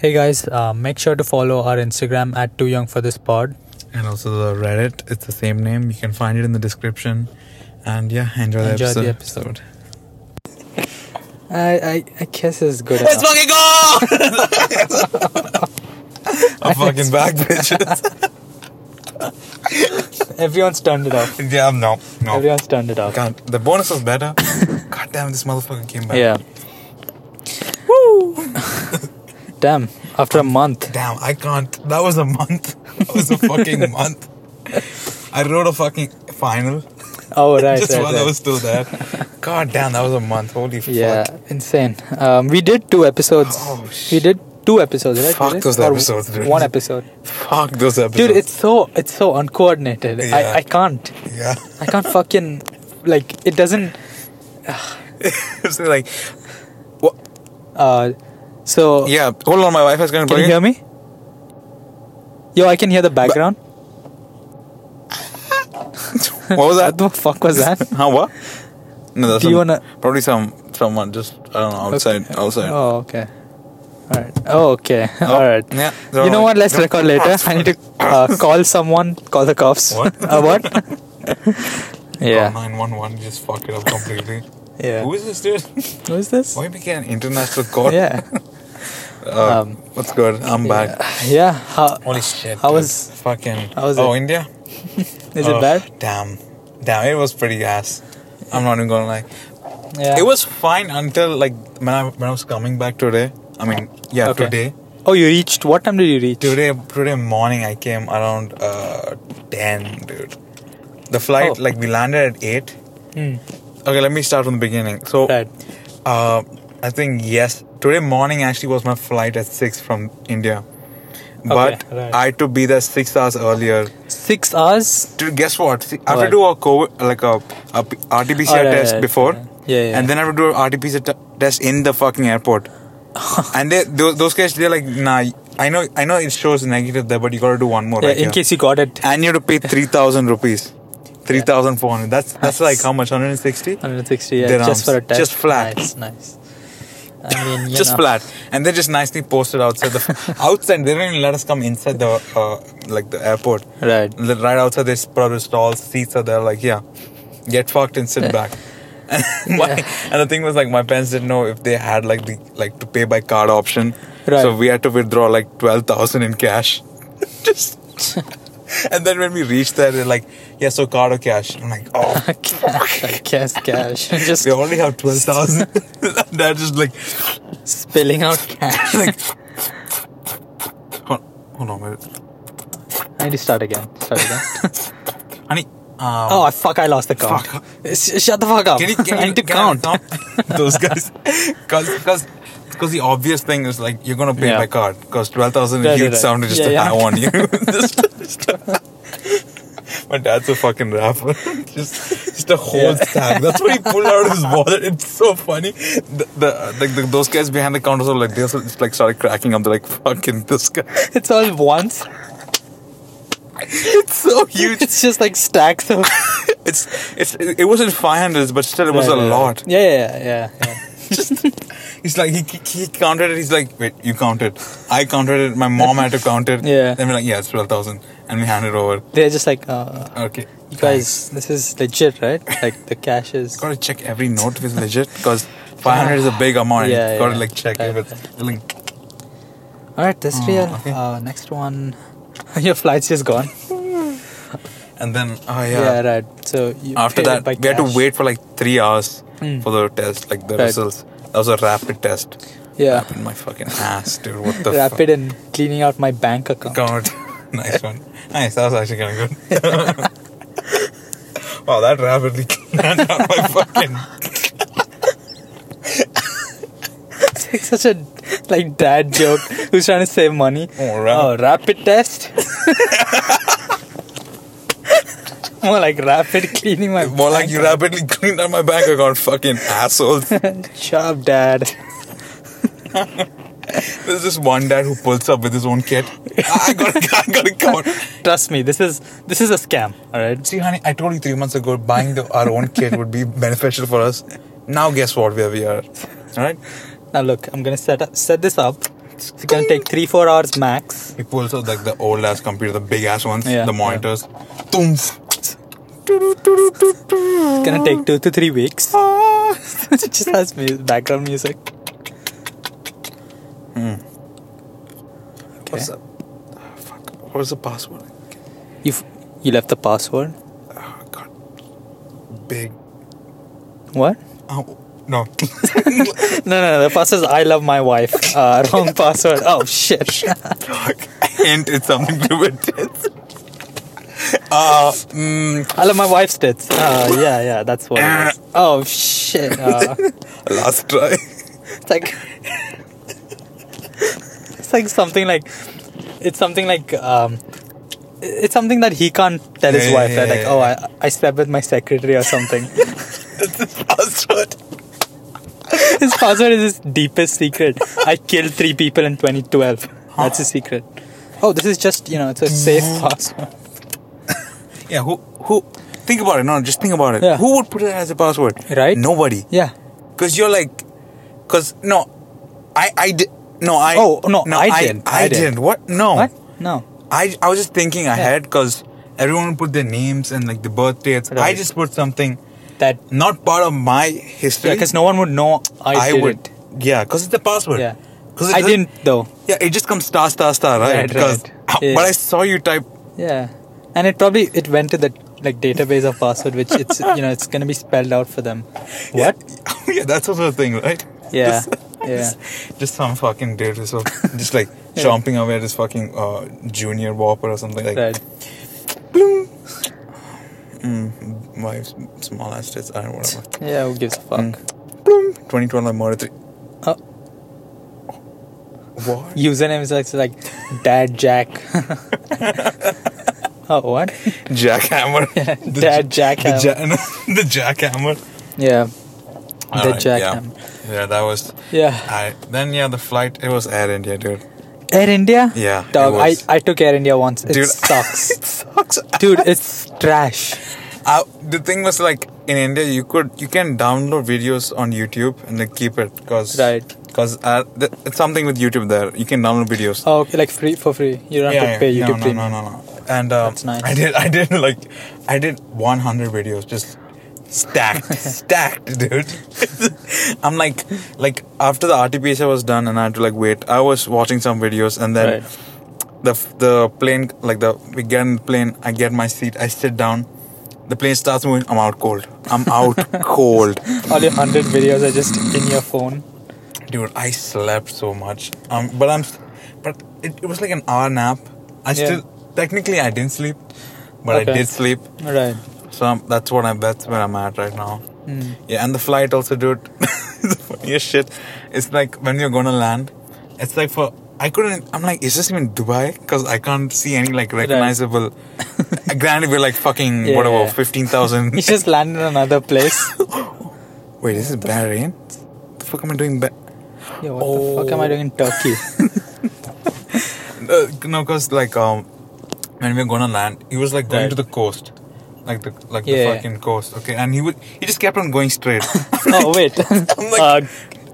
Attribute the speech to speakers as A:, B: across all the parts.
A: Hey guys, uh, make sure to follow our Instagram at Too Young for This Pod.
B: and also the Reddit. It's the same name. You can find it in the description. And yeah, enjoy,
A: Enjoy the
B: the
A: episode. I I, I guess it's good. enough.
B: fucking go! I'm fucking back, bitches.
A: Everyone's turned it off.
B: yeah, no, no.
A: Everyone's turned it off.
B: God, the bonus was better. God damn, this motherfucker came back.
A: Yeah. Woo! Damn! After a month,
B: Damn, I can't. That was a month. That was a fucking month. I wrote a fucking final
A: oh right,
B: just
A: right,
B: while
A: right.
B: I was still there. God damn, that was a month. Holy
A: yeah,
B: fuck.
A: insane. Um, we did two episodes.
B: Oh,
A: we did two episodes, right?
B: Fuck
A: Did it?
B: those
A: Or
B: episodes, dude.
A: One episode,
B: Fuck those episodes.
A: dude. It's so it's so uncoordinated.
B: Yeah.
A: I I can't.
B: yeah.
A: I can't fucking like it doesn't.
B: it's like, what?
A: Uh, so
B: Yeah, hold on. My wife is going to
A: Can you hear me? Yo, I can hear the background.
B: What was
A: What
B: that?
A: the fuck was that?
B: Huh? What? No, that's
A: Do you
B: some-
A: wanna-
B: probably some someone just I don't know outside outside.
A: Oh, okay. All right. Oh, okay.
B: Oh,
A: All right.
B: yeah, they're
A: you know
B: all-
A: what? Let's
B: they're-
A: record later. I need to uh, call someone. Call the cops.
B: What?
A: uh, what? yeah.
B: Nine one one just fuck it up completely.
A: Yeah.
B: Who is this dude?
A: Who is this?
B: Why make an international call?
A: Yeah.
B: Uh,
A: Um,
B: what's good? I'm back.
A: Yeah. How,
B: Holy shit.
A: How
B: dude.
A: was-
B: fucking?
A: how was
B: oh,
A: it?
B: India?
A: is
B: oh,
A: it bad?
B: Damn, damn. It was pretty ass. I'm not even gonna lie.
A: Yeah.
B: It was fine until like when I when I was coming back today. I mean, yeah,
A: Okay.
B: today.
A: Oh, you reached. What time did you reach?
B: Today, today morning, I came around uh, ten, dude. The flight,
A: Oh.
B: like, we landed at eight.
A: Hmm.
B: Okay, let me start from the beginning. So,
A: Right.
B: uh, I think yes, today morning actually was my flight at six from India, but
A: right.
B: I had to be there six hours earlier.
A: Six hours.
B: Dude, guess what? See, I have
A: What?
B: to do a COVID, like a, a P- RT-PCR
A: Oh, right,
B: test
A: right,
B: before,
A: right. Yeah, yeah.
B: and then I have to do an RT-PCR t- test in the fucking airport. and they, those, those guys, they're like, nah. I know, I know, it shows negative there, but you gotta do one more.
A: Yeah,
B: right
A: in
B: here.
A: case you got it.
B: and you have to pay three thousand rupees, three thousand four hundred. That's that's like how much, one hundred and sixty.
A: 160. Yeah.
B: Dirhams.
A: Just for a test.
B: Just flat.
A: Nice. Nice. I mean, you
B: just
A: know.
B: flat and they just nicely posted outside the outside they didn't even let us come inside the uh, like the airport
A: Right.
B: The- right outside there's probably stalls seats are there like yeah get fucked and sit back and, my, and the thing was like my parents didn't know if they had like the like to pay by card option
A: Right.
B: so we had to withdraw like 12000 in cash just and then when we reached there they're like yeah so card or cash i'm like oh
A: cash, cash, cash. Just
B: we only have 12000 they're just like
A: spilling out cash.
B: like hold, hold on a minute
A: I need to start again. Start again.
B: honey um,
A: oh, fuck, I lost the count.
B: Fuck.
A: Sh- shut the fuck up.
B: can you, can
A: I
B: you
A: need to
B: can I
A: count.
B: count those guys because because the obvious thing is like you're gonna pay
A: Yeah.
B: by card because 12,000
A: Right,
B: is huge
A: right, right.
B: sound is just
A: Yeah,
B: a
A: yeah.
B: high on you Just- just- my dad's a fucking rapper just just a whole
A: Yeah.
B: stack that's what he pulled out of his wallet it's so funny the, the like the, those guys behind the counters are like they also just like started cracking up they're like fucking this guy
A: It's all once.
B: it's so huge
A: It's just like stacks of.
B: It's it's it wasn't five hundreds, but still it was
A: Right,
B: a
A: right, right.
B: lot.
A: Yeah, yeah, yeah. yeah.
B: He's like he, he he counted it. He's like, wait, you counted. I counted it. My mom had to count it.
A: Yeah.
B: Then we're like, yeah, it's twelve thousand, and we hand it over.
A: They're just like, uh,
B: Okay.
A: you guys, this is legit, right? Like the cash is.
B: gotta check every note if it's legit because five hundred is a big amount.
A: Yeah,
B: you gotta
A: yeah.
B: like check
A: Right,
B: if it's like,
A: All right, this real.
B: Oh, okay.
A: Uh, next one. Your flight's just gone.
B: and then oh yeah.
A: Yeah, right. So you
B: After
A: paid it
B: that,
A: by
B: we had to
A: cash.
B: wait for like three hours
A: Hmm.
B: for the test, like the
A: Right.
B: results. That was a rapid test.
A: Yeah,
B: Rapid my fucking ass, dude. What the fuck?
A: rapid and cleaning out my bank account.
B: God. nice one. Nice. That was actually kind of good. wow, that rapidly landed on my fucking.
A: It's like such a like dad joke who's trying to save money.
B: Oh, rap-
A: Oh, rapid test. More like rapid cleaning my
B: More like you rapidly cleaned out my bank account, fucking assholes.
A: sharp dad.
B: There's this one dad who pulls up with his own kid. I gotta, I gotta count.
A: Trust me, this is this is a scam. All right.
B: See, honey, I told you three months ago buying the, our own kid would be beneficial for us. Now, guess what? Where we are. Alright?
A: Now look, I'm gonna set up set this up It's gonna take three, four hours max.
B: He pulls out like the old ass computer, the big ass ones,
A: Yeah,
B: the
A: yeah.
B: monitors. Toomf.
A: It's gonna take two to three weeks.
B: Ah.
A: it just has mu- background music.
B: What's the ah, fuck? What was the password?
A: You f- you left the password.
B: Oh god. Big.
A: What?
B: Oh no.
A: No, no, no. The password is I love my wife. Uh, wrong password. Oh shit.
B: Hint it's something to do with this. Uh, mm,
A: I love my wife's tits. Uh, yeah, yeah. That's what. It
B: Uh.
A: is. Oh shit. Uh,
B: last try.
A: It's like it's like something like it's something like um it's something that he can't tell his
B: Yeah,
A: wife
B: yeah,
A: right? like
B: yeah,
A: oh I, I slept with my secretary or something
B: Password.
A: his password is his deepest secret I killed three people in 2012 that's his secret oh this is just you know it's a safe
B: Mm-hmm.
A: password
B: Yeah, who who think about it, no, just think about it.
A: Yeah.
B: Who would put it as a password?
A: Right?
B: Nobody.
A: yeah
B: Cause you're like, cause no, I I did no I
A: Oh, no, I didn't.
B: I,
A: I didn't.
B: didn't what no
A: what no
B: I I was just thinking ahead because everyone put their names and like the birth dates I
A: Right.
B: just put something
A: that
B: not part of my history
A: because no one would know I,
B: I,
A: did
B: would
A: it.
B: yeah because it's the password
A: yeah
B: 'Cause it
A: I
B: doesn't-
A: didn't though
B: yeah it just comes star star star right,
A: Right,
B: because uh,
A: right. Yeah.
B: but I saw you type
A: Yeah, and it probably it went to the like database of password, which it's you know it's gonna be spelled out for them. What?
B: yeah, that's also a thing right
A: Yeah,
B: Just-
A: yeah.
B: just some fucking dude is so- just like chomping away at his fucking uh, junior whopper or something like
A: Right.
B: Mm, my s- small ass tits, I don't know whatever.
A: Yeah, who gives a fuck?
B: Bloom. 2012 I murder three.
A: Mm. Oh,
B: What?
A: username is like, like Dad Jack. oh what?
B: Jackhammer. The
A: Dad
B: ja-
A: Jackhammer.
B: The, ja- no, the jackhammer.
A: Yeah, the
B: Alright,
A: Jackhammer.
B: Yeah. yeah, that was.
A: Yeah.
B: I then yeah, the flight it was Air India, dude.
A: Air India.
B: Yeah, it
A: Dog, I
B: was.
A: I took Air India once. It
B: Dude.
A: sucks.
B: It sucks.
A: Dude, it's trash.
B: I, Uh, the thing was like in India, you could you can download videos on YouTube and then keep it because
A: Right.
B: because uh, th- it's something with YouTube there. You can download videos.
A: Oh, okay, like free for free. You don't have to pay
B: no,
A: YouTube
B: no,
A: Premium.
B: No, no, no, And um,
A: That's nice.
B: I did, I did like, I did 100 videos, just stacked, stacked, dude. I'm like, like after the RT-PCR was done, and I had to like wait. I was watching some videos, and then
A: Right.
B: the the plane, like the we get in the plane, I get my seat, I sit down. The plane starts moving. I'm out cold. I'm out cold,
A: All your hundred videos are just in your phone.
B: dude. I slept so much. Um, but I'm, but it, it was like an hour nap. I
A: Yeah.
B: still technically I didn't sleep, but I
A: Okay.
B: did sleep.
A: Right.
B: So I'm, that's what I'm. That's where I'm at right now.
A: Hmm.
B: Yeah, and the flight also, dude. the funniest shit. It's like when you're gonna land. It's like for I couldn't. I'm like, is this even Dubai? Because I can't see any like recognizable. Granted, we're like fucking
A: Yeah,
B: whatever
A: yeah.
B: fifteen thousand.
A: You just landed in another place.
B: Wait, this is Bahrain. The fuck am I doing? Ba-
A: Yeah, what the fuck am I doing in Turkey?
B: Uh, no, because like um, when we were gonna land, he was like going
A: Right.
B: to the coast, like the like
A: Yeah, yeah.
B: the fucking coast. Okay, and he would he just kept on going straight.
A: oh wait, uh,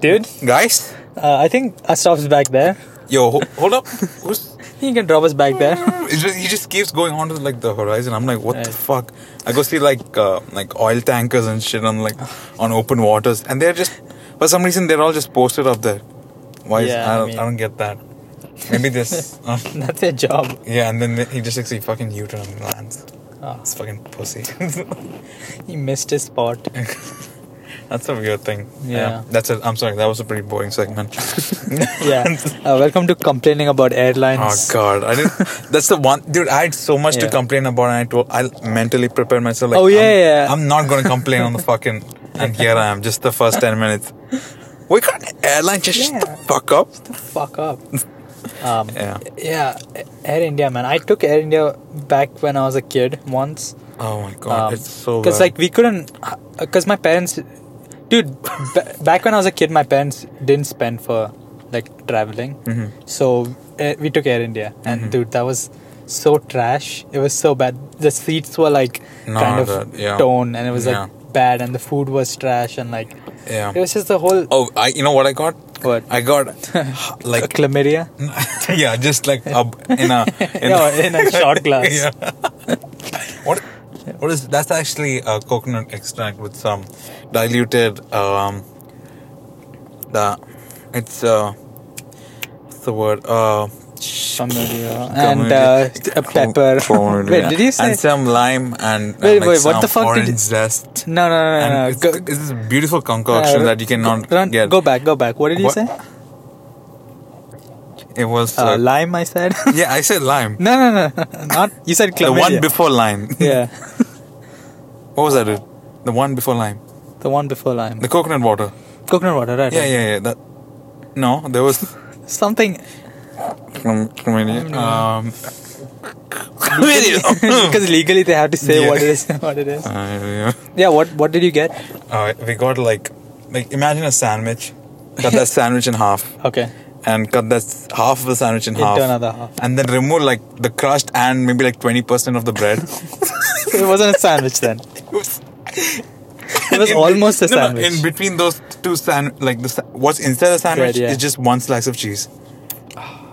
A: dude,
B: Guys,
A: uh, I think our stop's back there.
B: yo, ho- hold up. Who's,
A: I think you can drop us back there.
B: it's just, he just keeps going on to like the horizon. I'm like, what the
A: Right.
B: fuck? I go see like uh, like oil tankers and shit on like on open waters, and they're just for some reason they're all just posted up there. Why? is,
A: Yeah,
B: I
A: I
B: don't
A: mean-
B: I don't get that. Maybe this. uh,
A: That's your job.
B: yeah, and then he just takes a fucking U-turn and lands.
A: Oh,
B: It's fucking pussy.
A: he missed his spot.
B: That's a weird thing.
A: Yeah.
B: That's it. I'm sorry. That was a pretty boring segment.
A: Yeah. Uh, welcome to complaining about
B: Oh
A: airlines.
B: god, I didn't. That's the one, dude. I had so much to
A: Yeah.
B: complain about, and I told I mentally prepared myself. Like,
A: Oh, yeah,
B: I'm,
A: yeah.
B: I'm not gonna complain on the fucking. And here I am, just the first ten minutes. We got airline. Just shut the
A: Yeah.
B: fuck up.
A: Fuck up. Um,
B: Yeah.
A: yeah, Air India, man. I took Air India back when I was a kid once.
B: Oh my god, it's so.
A: because
B: Because
A: Um, like we couldn't because my parents dude b- back when i was a kid my parents didn't spend for like traveling
B: Mm-hmm.
A: so uh, we took air india and dude that was so trash it was so bad the seats were like
B: No,
A: kind of
B: that- yeah.
A: torn and it was like
B: Yeah.
A: bad and the food was trash and like
B: yeah.
A: it was just the whole
B: Oh, I. You know what I got?
A: What?
B: I got
A: Like a
B: like
A: uh, chlamydia?
B: yeah, just like a, in a in,
A: No, in a shot glass.
B: yeah. What? What is that's actually a coconut extract with some diluted um the it's uh what's the word uh
A: Chlamydia.
B: chlamydia. Oh,
A: And uh, a pepper.
B: Chlamydia.
A: Wait, did you say?
B: and some lime and, and
A: Wait,
B: like
A: wait, what the
B: some
A: fuck did
B: orange
A: you-
B: zest
A: no, no, no,
B: and
A: no, no.
B: it's,
A: Go,
B: it's this beautiful concoction
A: uh,
B: that you cannot
A: run-
B: get
A: Go back, go back. What did you
B: What-
A: say?
B: it was
A: Uh,
B: uh,
A: lime, I said.
B: yeah I said lime
A: no, no, no, not. You said chlamydia.
B: the one before lime
A: Yeah,
B: What was that, dude? The one before lime.
A: the one before lime.
B: The coconut water.
A: Coconut water, right?
B: Yeah,
A: right.
B: yeah, yeah. That. No, there was.
A: Something.
B: Um. Ah,
A: Because legally they have to say
B: Yeah.
A: what it is. What it is.
B: Uh,
A: Yeah. What What did you get?
B: uh, we got like, like imagine a sandwich. Cut that sandwich in half,
A: Okay.
B: and cut that s- half of the sandwich in
A: Into
B: half,
A: another half.
B: and then remove like the crust and maybe like twenty percent of the bread.
A: It wasn't a sandwich then. It was
B: In-
A: almost a
B: no, no,
A: sandwich.
B: in between those two sand, like the sa- what's inside the sandwich
A: yeah.
B: is just one slice of cheese.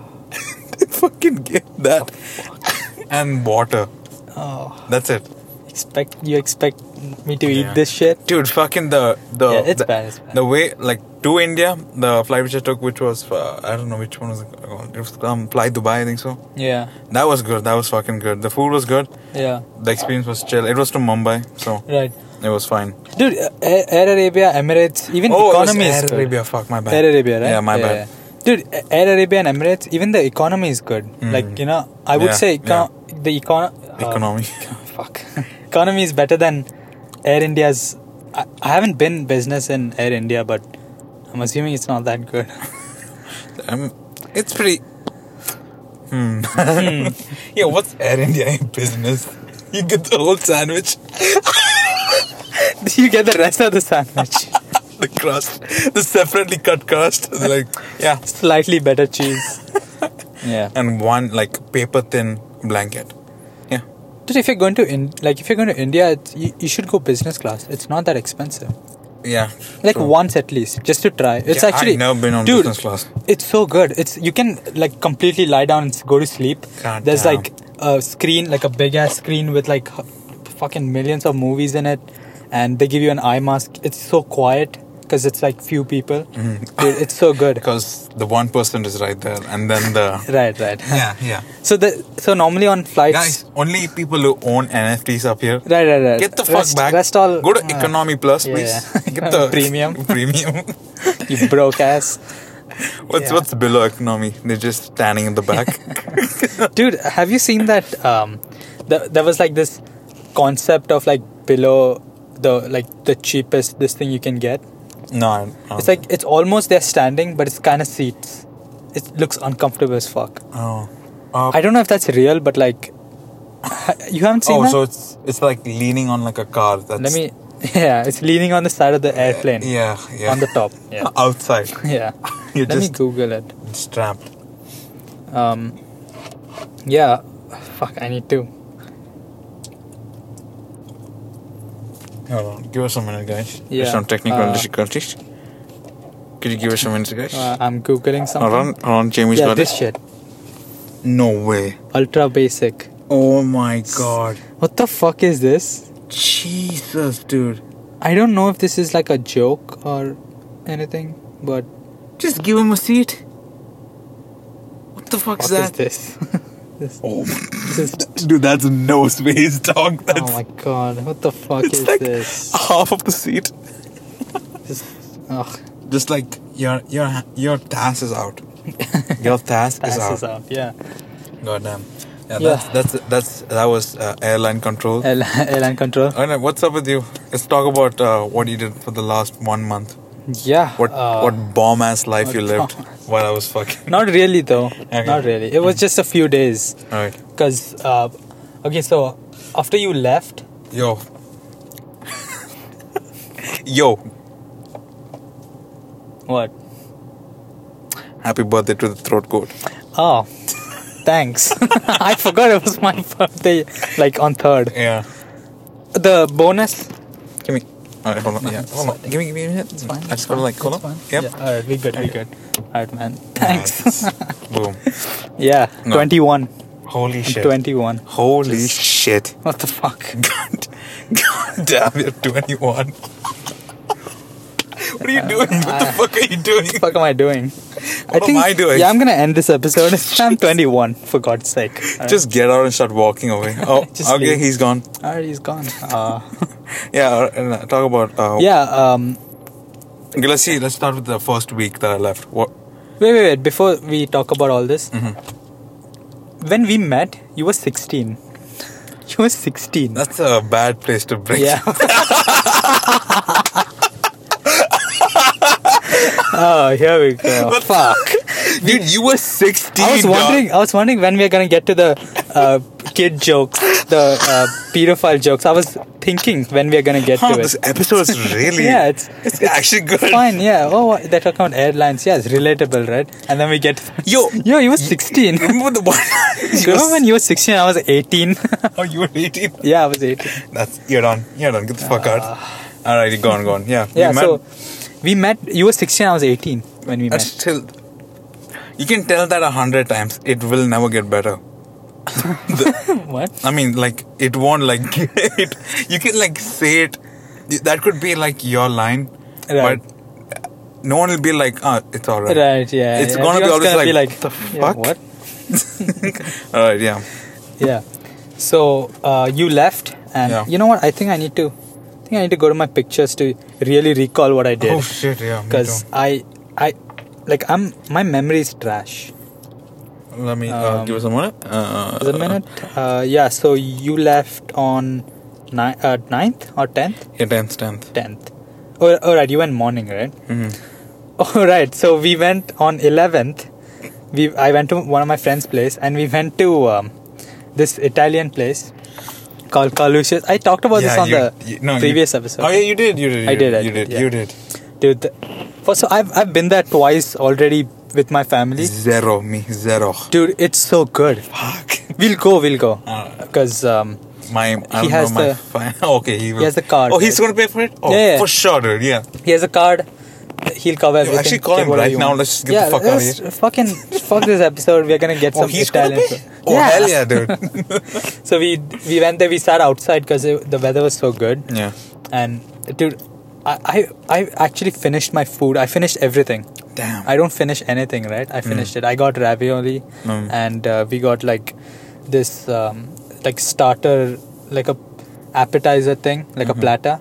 B: they fucking get that, and water.
A: oh,
B: That's it,
A: expect you expect me to
B: Yeah.
A: eat this shit?
B: dude. Fucking the the
A: Yeah, it's
B: the,
A: bad, it's bad.
B: the way like to India, the flight which I took, which was uh, I don't know which one was it called. It was um, fly Dubai, I think so.
A: Yeah.
B: That was good. That was fucking good. The food was good.
A: Yeah.
B: The experience was chill. It was to Mumbai, so
A: Right.
B: it was fine.
A: Dude, uh, Air Air Arabia, Emirates, even
B: oh, it was
A: economy
B: Air
A: is good.
B: Arabia. Fuck my bad.
A: Air Arabia, right?
B: Yeah, my bad.
A: yeah. Dude, A- Air Arabia and Emirates, even the economy is good. Like, you know, I would
B: Mm-hmm. Yeah,
A: say eco- the econ- uh,
B: Economy.
A: fuck. economy is better than Air India's. I, I haven't been business in Air India, but I'm assuming it's not that good.
B: Um, it's pretty. Hmm. yeah, what's Air India in business? You get the whole sandwich,
A: you get the rest of the sandwich.
B: the crust, the separately cut crust, like yeah,
A: Slightly better cheese. yeah.
B: and one like paper thin blanket. Yeah,
A: Dude, if you're going to in, like if you're going to India, it's, you, you should go business class. It's not that expensive.
B: yeah.
A: Like
B: true.
A: once at least, just to try. It's
B: Yeah,
A: actually
B: I've never been on
A: dude,
B: business class.
A: It's so good. It's you can like completely lie down and s- go to sleep.
B: God
A: There's
B: damn.
A: like a screen, like a big ass screen with like h- fucking millions of movies in it, and they give you an eye mask. It's so quiet because it's like few people.
B: Mm-hmm.
A: Dude, it's so good.
B: Because the one person is right there, and then the
A: right, right.
B: yeah, yeah.
A: So the so normally on flights.
B: Guys, only people who own NFTs up here.
A: Right, right, right.
B: Get the fuck
A: Rest-
B: back.
A: Rest all.
B: Go to
A: uh,
B: economy plus,
A: yeah,
B: please.
A: yeah.
B: Get the
A: Premium.
B: Premium.
A: You broke ass.
B: What's
A: Yeah.
B: what's below economy? They're just standing in the back.
A: dude have you seen that um the, there was like this concept of like below the like the cheapest this thing you can get
B: no, I don't-
A: it's like it's almost they're standing but it's kind of seats it looks uncomfortable as fuck
B: oh, Uh,
A: i don't know if that's real but like ha- you haven't seen
B: oh,
A: that
B: so it's it's like leaning on like a car. That's
A: let me yeah it's leaning on the side of the airplane
B: Yeah, yeah.
A: on the top yeah
B: outside.
A: yeah
B: You're
A: let me
B: just
A: google it
B: strapped.
A: um yeah fuck i need to
B: Hold on, give us a minute, guys.
A: Yeah,
B: There's some technical
A: uh,
B: difficulties. Could you give us a minute, guys?
A: uh, i'm googling something
B: hold on, hold on. Jamie's
A: yeah
B: got
A: this
B: it.
A: shit
B: No way.
A: ultra basic
B: Oh my god.
A: What the fuck is this?
B: Jesus, dude.
A: I don't know if this is like a joke or anything, but
B: Just give him a seat. What the fuck's
A: what is this? this,
B: Oh my
A: this is,
B: Dude, that's no space, dog. That's
A: oh my god, what the fuck
B: it's
A: is
B: like ah.
A: this?
B: half of the seat.
A: this ugh,
B: Just like your your your task is out. Your task is
A: ass
B: out.
A: is out, yeah.
B: Goddamn. Yeah,
A: Yeah.
B: That's, that's that's that was uh, airline control.
A: Airline, airline control.
B: I know. What's up with you? Let's talk about uh, what you did for the last one month.
A: Yeah.
B: What
A: uh,
B: what bomb ass life you lived
A: bomb-ass.
B: while I was fucking.
A: Not really though.
B: Okay.
A: Not really. It was just a few days.
B: All right,
A: Cause uh, okay, so after you left,
B: yo, yo.
A: what?
B: Happy birthday to the throat goat.
A: Oh, thanks. I forgot it was my birthday, like on third.
B: Yeah.
A: The bonus
B: Give me. All right, hold on.
A: Man,
B: Yeah,
A: it's
B: hold on.
A: fine.
B: Give me, give me a minute.
A: It's fine.
B: I
A: it's
B: just gotta
A: fine,
B: like hold
A: it's
B: on.
A: fine.
B: Yep.
A: Yeah. All right, we good. We good. All right, man. Thanks.
B: Nice. Boom.
A: yeah.
B: No.
A: Twenty-one.
B: Holy shit.
A: Twenty-one.
B: Holy shit.
A: What the fuck?
B: God, God damn, you're 21. what are you doing? What the fuck are you doing?
A: the Uh, fuck am I doing?
B: What am I doing?
A: Yeah, I'm gonna end this episode. I'm 21, for God's sake. Alright.
B: Just get out and start walking away. Oh,
A: Just
B: okay,
A: leave.
B: he's gone.
A: alright, he's gone. Uh,
B: Yeah, all right, and, uh, talk about. Uh,
A: yeah. Um.
B: Okay, let's see. Let's start with the first week that I left. What?
A: Wait, wait, wait. Before we talk about all this,
B: Mm-hmm.
A: when we met, you were 16. You were 16.
B: That's a bad place to break.
A: yeah. oh, here we go.
B: What the
A: Fuck.
B: Dude, you were 16.
A: I was
B: dog.
A: wondering. I was wondering when we are gonna get to the uh, kid jokes, the uh, pedophile jokes. I was thinking when we are gonna get
B: Huh,
A: to
B: this
A: it.
B: episode is really.
A: Yeah, it's-
B: it's, actually good.
A: Fine, yeah. Oh, what- they're talking about airlines. Yeah, it's relatable, right? And then we get.
B: Yo.
A: yo, you were sixteen.
B: Remember the one?
A: Remember when you were sixteen? I was eighteen.
B: Oh, you were 18.
A: yeah, I was eighteen.
B: That's you're done. You're done. Get the fuck out. All right, go on, go on. Yeah,
A: Yeah,
B: we met-
A: so we met. You were sixteen. I was eighteen when we
B: that's
A: met.
B: still. You can tell that a hundred times. It will never get better. The-
A: What?
B: I mean, like it won't like it. You can like say it. That could be like your line,
A: Right.
B: but no one will be like, ah, it's all right.
A: Right. Yeah.
B: It's
A: yeah.
B: gonna be
A: Everyone's
B: always
A: gonna be
B: like,
A: like
B: "The
A: yeah,
B: fuck?"
A: what?
B: all right. Yeah.
A: Yeah. So uh, you left, and
B: Yeah.
A: you know what? I think I need to. I think I need to go to my pictures to really recall what I
B: Oh
A: did.
B: shit. Yeah. me
A: Because
B: too.
A: I, I, like I'm. My memory is trash.
B: let me uh,
A: um,
B: give us a minute. Uh,
A: The minute. Uh, yeah. So you left on ni- uh, 9th or tenth?
B: Yeah, tenth, tenth.
A: Tenth. Oh, all right. You went morning, right?
B: Mhm.
A: All right. So we went on 11th. We I went to one of my friend's place and we went to um, this Italian place called Carlucci's. I talked about this on
B: you-
A: the
B: you- no, you-
A: previous episode.
B: Oh yeah, you did. You did. You
A: I did,
B: did.
A: I
B: you
A: did,
B: did.
A: yeah.
B: You did.
A: Dude, the, first of all, I've I've been there twice already with my family.
B: Zero me. Zero.
A: Dude, it's so good.
B: Fuck.
A: We'll go. We'll go.
B: Alright.
A: Because um,
B: Uh, My, I don't
A: has
B: know, my
A: the-
B: fi- okay, he, will.
A: has the card,
B: Oh, he's
A: right?
B: gonna pay for it. Oh,
A: Yeah, yeah.
B: for sure, dude. Yeah.
A: he has a card. He'll cover everything.
B: actually call
A: Take
B: him
A: whatever
B: right
A: you
B: now,
A: want.
B: let's just get
A: yeah,
B: the fuck outta
A: let's
B: here.
A: Fucking fuck this episode. We're gonna get
B: Oh,
A: some
B: he's
A: Italian.
B: gonna pay. Oh hell yeah, dude.
A: So we we went there. We sat outside because the weather was so good.
B: yeah.
A: And dude, I, I I actually finished my food. I finished everything.
B: Damn.
A: I don't finish anything, right? I finished it. I got ravioli,
B: Mm.
A: and uh, we got like this um, like starter, like a appetizer thing, like a platter.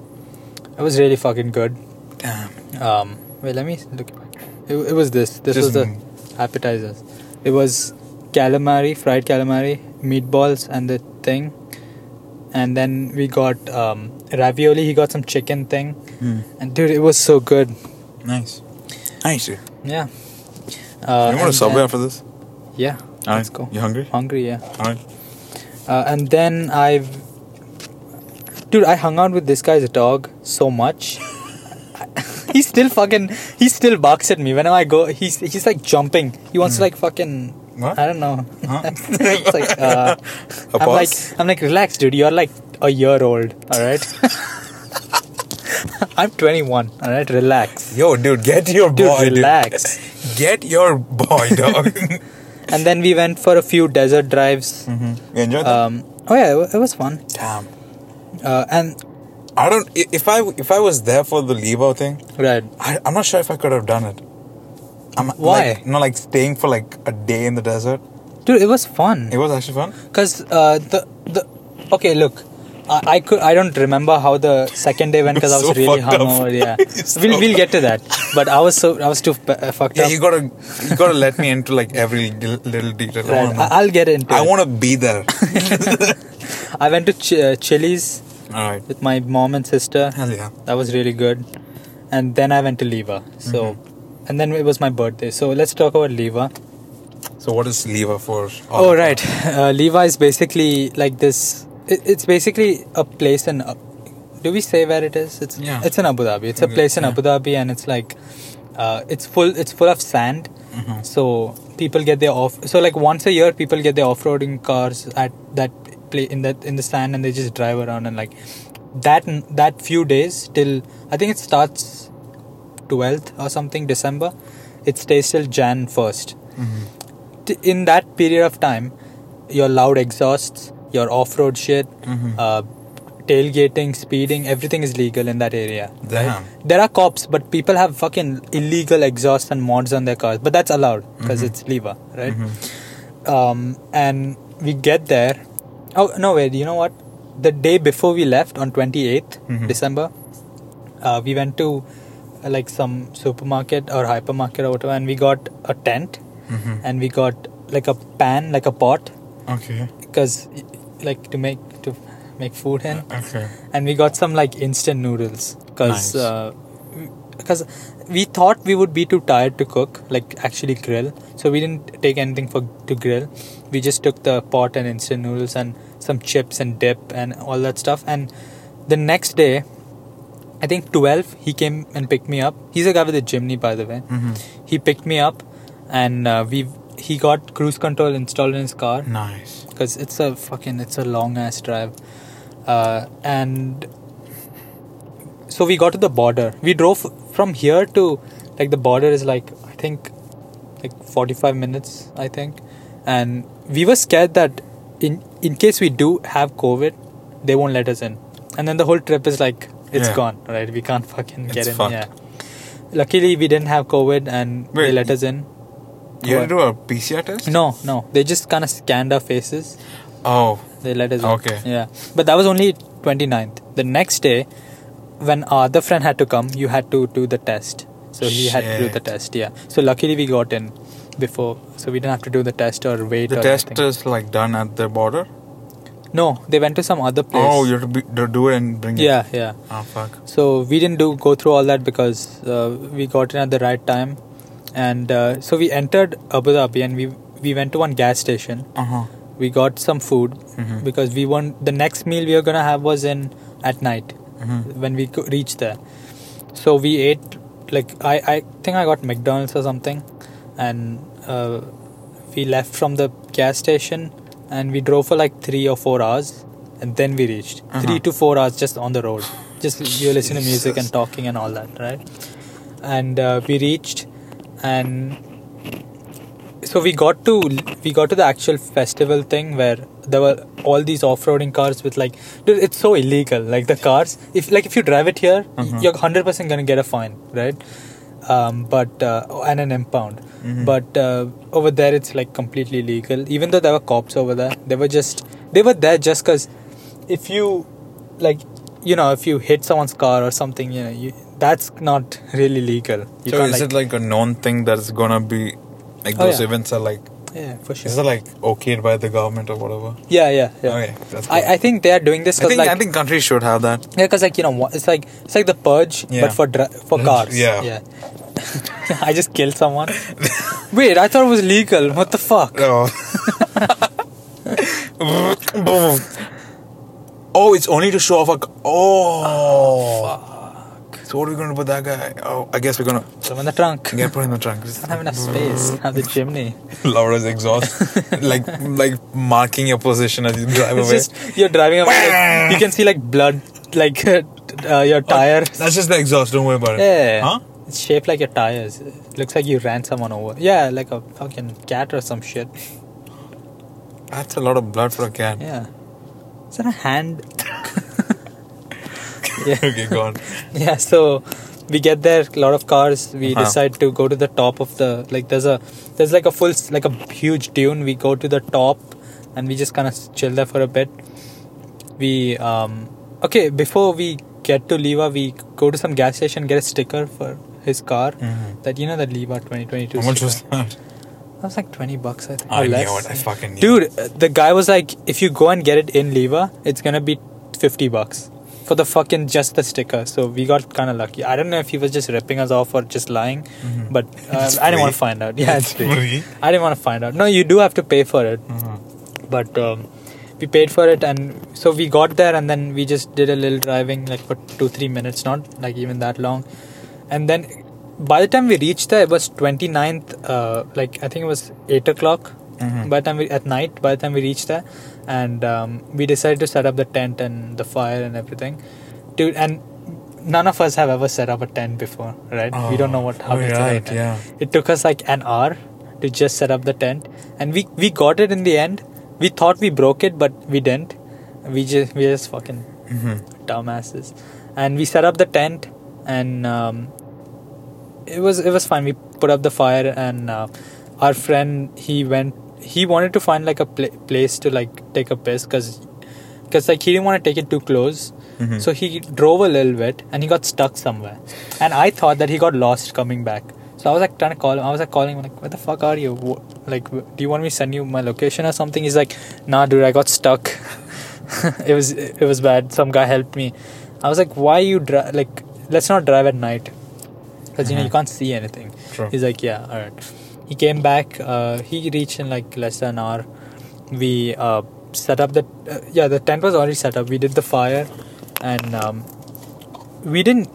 A: It was really fucking good.
B: Damn.
A: Um, wait, let me look. It, it was this. This
B: Just
A: was the
B: m-
A: appetizers. It was calamari, fried calamari, meatballs, and the thing. And then we got um, ravioli. He got some chicken thing,
B: Hmm.
A: and dude, it was so good.
B: Nice. Nice. Dude.
A: Yeah. Uh,
B: you want
A: and
B: a subway
A: then-
B: after this?
A: Yeah.
B: All
A: Let's go.
B: You hungry?
A: Hungry, yeah.
B: All right.
A: Uh, and then I've, dude, I hung out with this guy's dog so much. he still fucking he still barks at me whenever I go. He's he's like jumping. He wants to like fucking.
B: Hmm. What?
A: I don't know.
B: Huh?
A: it's like uh,
B: A
A: I'm like
B: pause?
A: I'm like relax, dude. You're like a year old. All right. I'm 21. All right, relax.
B: Yo, dude, get your
A: Dude,
B: boy.
A: relax.
B: Dude. Get your boy, dog.
A: And then we went for a few desert drives.
B: mm-hmm. You enjoyed that?
A: Um, oh yeah, it, wa- it was fun.
B: Damn.
A: Uh, and
B: I don't. i- If I if I was there for the leave out thing,
A: right,
B: I, I'm not sure if I could have done it. I'm,
A: Why?
B: Like, no, like staying for like a day in the desert.
A: dude, it was fun.
B: It was actually fun.
A: Cause uh, the the okay look, I, I could I don't remember how the second day went because I was
B: So
A: really
B: fucked up.
A: hungover. Yeah,
B: It's
A: we'll
B: so-
A: we'll get to that. But I was so I was too uh, fucked
B: Yeah,
A: up.
B: you gotta you gotta let me into like every del- little detail. I
A: Right,
B: wanna know.
A: I, will get into.
B: I
A: it.
B: want to be there.
A: I went to Ch- uh, Chili's
B: All right.
A: with my mom and sister.
B: Hell yeah.
A: That was really good, and then I went to Leva. So,
B: Mm-hmm.
A: and then it was my birthday. So let's talk about Leva.
B: So what is lever for?
A: Oh right, uh, Leva is basically like this. It, it's basically a place in. Ab- Do we say where it is? It's
B: Yeah.
A: It's in Abu Dhabi. It's a
B: Okay,
A: place in
B: yeah.
A: Abu Dhabi, and it's like, uh, it's full. It's full of sand.
B: Mhm.
A: So people get their off. So like once a year, people get their off-roading cars at that play in that in the sand, and they just drive around and like that that few days till I think it starts 12th or something December. It stays till Jan 1st. T- In that period of time, your loud exhausts, your off-road shit, uh, tailgating, speeding, everything is legal in that area.
B: Damn.
A: There are cops, but people have fucking illegal exhausts and mods on their cars. But that's allowed because it's lever, right? Um, and we get there. Oh no! Wait. You know what? The day before we left on twenty December, uh, we went to uh, like some supermarket or hypermarket or whatever, and we got a tent,
B: Mm-hmm.
A: and we got like a pan, like a pot,
B: Okay.
A: because like to make to make food in
B: Okay.
A: and we got some like instant noodles because
B: Nice.
A: because we thought we would be too tired to cook like actually grill so we didn't take anything for to grill we just took the pot and instant noodles and some chips and dip and all that stuff and the next day i think 12 he came and picked me up he's a guy with a chimney by the way
B: Hmm. Mm-hmm.
A: he picked me up and uh, we he got cruise control installed in his car
B: Nice.
A: because it's a fucking it's a long ass drive uh, and so we got to the border we drove from here to like the border is like i think like 45 minutes i think and we were scared that in in case we do have covid they won't let us in and then the whole trip is like it's
B: Yeah.
A: gone right we can't fucking get
B: It's
A: in
B: fucked.
A: yeah luckily we didn't have covid and they
B: Wait,
A: let us in
B: You had to
A: What?
B: do a PCR test?
A: no no they just kind of scanned our faces
B: Oh.
A: they let us in.
B: Okay.
A: Yeah. But that was only 29th. The next day, when our other friend had to come, you had to do the test. So he had to do the
B: Shit.
A: test, yeah. So luckily we got in before. So we didn't have to do the test or wait
B: The
A: or
B: test
A: anything.
B: is like done at the border.
A: No, they went to some other place.
B: Oh, you have to, be, to do it and bring
A: Yeah,
B: it.
A: yeah.
B: Oh, fuck.
A: So we didn't do go through all that because uh, we got in at the right time. And uh, so we entered Abu Dhabi and we, we went to one gas station.
B: Uh huh.
A: we got some food
B: Mhm.
A: because we want the next meal we were gonna have was in at night
B: Mhm.
A: Mm-hmm. when we co- reached there so we ate like i i think i got mcdonald's or something and uh, we left from the gas station and we drove for like three or four hours and then we reached
B: Uh-huh.
A: three to four hours just on the road just you're listening to music
B: Jesus.
A: and talking and all that right and uh, we reached and so we got to we got to the actual festival thing where there were all these off-roading cars with like dude it's so illegal like the cars if like if you drive it here
B: Mhm.
A: you're 100% gonna get a fine right um, but uh, and an impound
B: Mhm.
A: but uh, over there it's like completely legal even though there were cops over there they were just they were there just because if you like you know if you hit someone's car or something you know you, that's not really legal you
B: so
A: can't,
B: is it like a known thing that's gonna be like
A: Oh,
B: those
A: yeah.
B: events are like
A: yeah for sure
B: is it like okayed by the government or whatever?
A: Yeah, yeah, yeah.
B: Okay, that's cool.
A: I, I think they are doing this
B: I
A: because
B: think
A: like
B: I think countries should have that.
A: yeah, because like you know wha- it's like it's like the purge
B: Yeah. Mm,
A: but for dr- for cars.
B: Yeah.
A: yeah. I just killed someone. Wait, I thought it was legal. What the fuck?
B: No. oh, it's only to show off a. c- Oh. So what are we gonna do with that guy? Oh, I guess we're gonna
A: I'm in the trunk.
B: get put in the trunk.
A: I don't have enough space.
B: Mm.
A: I have the chimney.
B: Laura's exhaust, like like marking your position as you drive
A: It's
B: away.
A: just you're driving away. like, you can see like blood, like uh, your tire.
B: That's just the exhaust. Don't worry about it.
A: Yeah.
B: Huh?
A: It's shaped like your tires. It looks like you ran someone over. Yeah, like a fucking cat or some shit.
B: That's a lot of blood for a cat.
A: Yeah. Is that a hand? yeah.
B: okay, go on.
A: yeah so we get there a lot of cars we
B: Uh-huh.
A: decide to go to the top of the like there's a there's like a full s- like a huge dune we go to the top and we just kind of chill there for a bit we um okay before we get to leva we go to some gas station get a sticker for his car
B: Mhm.
A: that you know that leva 2022
B: How much
A: sticker.
B: was that?
A: that was like 20 bucks i think
B: I
A: or
B: knew
A: less.
B: it. I fucking knew.
A: Dude,
B: it.
A: uh, the guy was like, if you go and get it in Leva, it's gonna be 50 bucks for the fucking just the sticker. So we got kind of lucky. I don't know if he was just ripping us off or just lying,
B: Mm-hmm.
A: but uh,
B: It's
A: I didn't want to
B: free.
A: find out. Yeah, it's,
B: It's
A: free.
B: free.
A: I didn't want to find out. No, you do have to pay for it,
B: Mhm.
A: but um, we paid for it, and so we got there, and then we just did a little driving, like for two three minutes, not like even that long, and then. By the time we reached there, it was 29th, uh, like I think it was 8 o'clock
B: Mhm.
A: by the time we at night by the time we reached there and um, we decided to set up the tent and the fire and everything dude, and none of us have ever set up a tent before, right? we don't know what how
B: Oh,
A: to set up a
B: right,
A: tent.
B: yeah.
A: It took us like an hour to just set up the tent, and we we got it in the end. We thought we broke it, but we didn't. We just we just fucking
B: Mm-hmm.
A: dumbasses, and we set up the tent, and um, it was it was fine. We put up the fire, and uh, our friend he went. He wanted to find like a pla- place to like take a piss because because like he didn't want to take it too close. So he drove a little bit and he got stuck somewhere. And I thought that he got lost coming back. So I was like trying to call him. I was like calling him like, "Where the fuck are you? Wha- Like, w- do you want me to send you my location or something?" He's like, "Nah, dude, I got stuck. it was it was bad. Some guy helped me." I was like, "Why you dri- like? Let's not drive at night, because you know you can't see anything."
B: True.
A: He's like, "Yeah, all right." He came back. Uh, he reached in like less than an hour. We uh, set up the uh, yeah the tent was already set up. We did the fire, and um, we didn't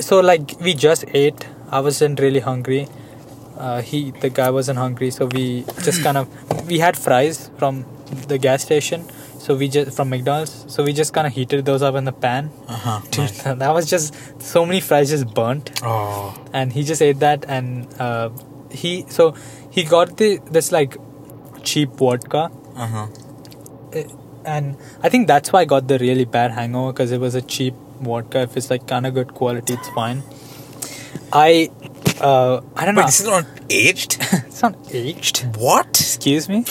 A: so like we just ate i wasn't really hungry uh, he the guy wasn't hungry so we just kind of we had fries from the gas station so we just from mcdonald's so we just kind of heated those up in the pan
B: Uh-huh,
A: Dude, that was just so many fries just burnt
B: Oh.
A: and he just ate that and uh, he so he got the this like cheap vodka
B: Uh huh.
A: it- and I think that's why I got the really bad hangover because it was a cheap vodka. If it's like kind of good quality, it's fine. I uh, I don't
B: But
A: know.
B: this is not aged.
A: it's not aged.
B: what?
A: Excuse me.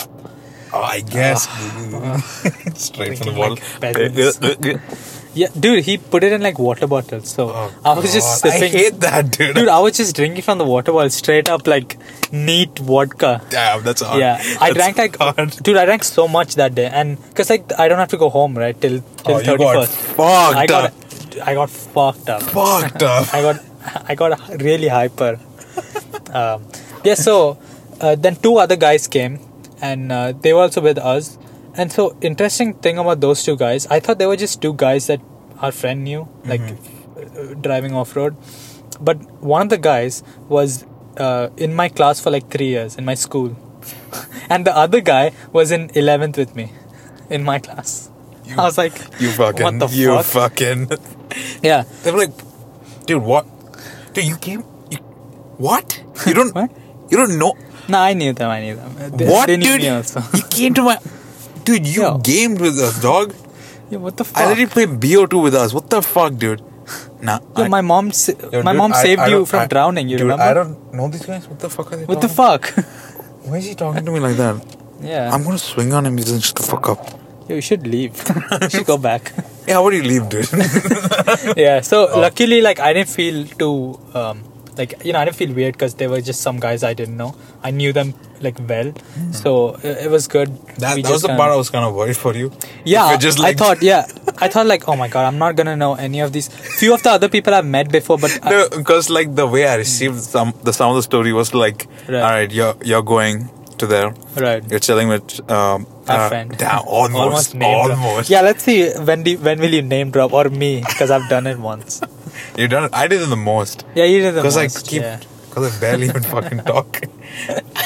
B: Oh, I guess. Straight from the
A: Drinking
B: bottle.
A: like peasants. Yeah, dude, he put it in like water bottles. So
B: Oh,
A: I was just
B: God.
A: sipping.
B: I hate that, dude.
A: dude, I was just drinking from the water bottle straight up like neat vodka.
B: Damn, that's hard.
A: Yeah, I
B: That's
A: drank like
B: hard.
A: dude, I drank so much that day, and because like I don't have to go home right till till
B: Oh, you
A: thirty
B: got
A: first.
B: fucked
A: I got
B: up.
A: I got fucked up.
B: Fucked up.
A: I got I got really hyper. um, yeah, so uh, then two other guys came, and uh, they were also with us. And so interesting thing about those two guys, I thought they were just two guys that our friend knew, like
B: Mm-hmm.
A: uh, driving off road. But one of the guys was uh, in my class for like three years in my school, and the other guy was in eleventh with me, in my class.
B: You-
A: I was like,
B: You fucking.
A: what the
B: you
A: fuck?
B: fucking.
A: yeah.
B: They were like, dude, what? Dude, you came. You, what? You don't.
A: What?
B: You don't know.
A: No, I knew them. I knew them. Uh, They,
B: what,
A: they knew
B: dude?
A: me also.
B: You came to my. Dude, you
A: Yo.
B: gamed with us, dog.
A: yeah, what the fuck?
B: I literally played BO2 with us. What the fuck, dude? Nah.
A: Yo,
B: I-
A: my mom, sa-
B: Yo,
A: my
B: dude,
A: mom
B: I-
A: saved
B: I
A: you
B: don't-
A: from
B: I-
A: drowning. You
B: dude,
A: remember?
B: I don't know these guys. What the fuck are they
A: what the
B: talking-
A: fuck?
B: Why is he talking to me like that?
A: yeah.
B: I'm gonna swing on him. He's gonna shut the fuck up.
A: Yo, you should leave. you should go back.
B: Yeah, how would you leave, dude?
A: yeah. So
B: Oh.
A: luckily, like I didn't feel too, um, like you know, I didn't feel weird because they were just some guys I didn't know. I knew them like well, so uh, it, it was good.
B: Hmm. that,
A: We
B: that was
A: just
B: the
A: kinda-
B: part I was kind of worried for you.
A: Yeah,
B: If you're just
A: I
B: like,
A: thought. Yeah, I thought like, oh my god, I'm not gonna know any of these. Few of the other people I've met before, but I-
B: No, because like the way I received some the sound of the story was like,
A: Right.
B: all right, you're you're going to there.
A: Right.
B: You're chilling with um.
A: Our
B: uh,
A: friend.
B: Damn, almost, almost.
A: name drop. Yeah, let's see when do, when will you name drop or me because I've done it once.
B: You done it. I did it the most.
A: Yeah, you did the
B: Because
A: most.
B: I keep.
A: yeah.
B: Because I barely even fucking talk.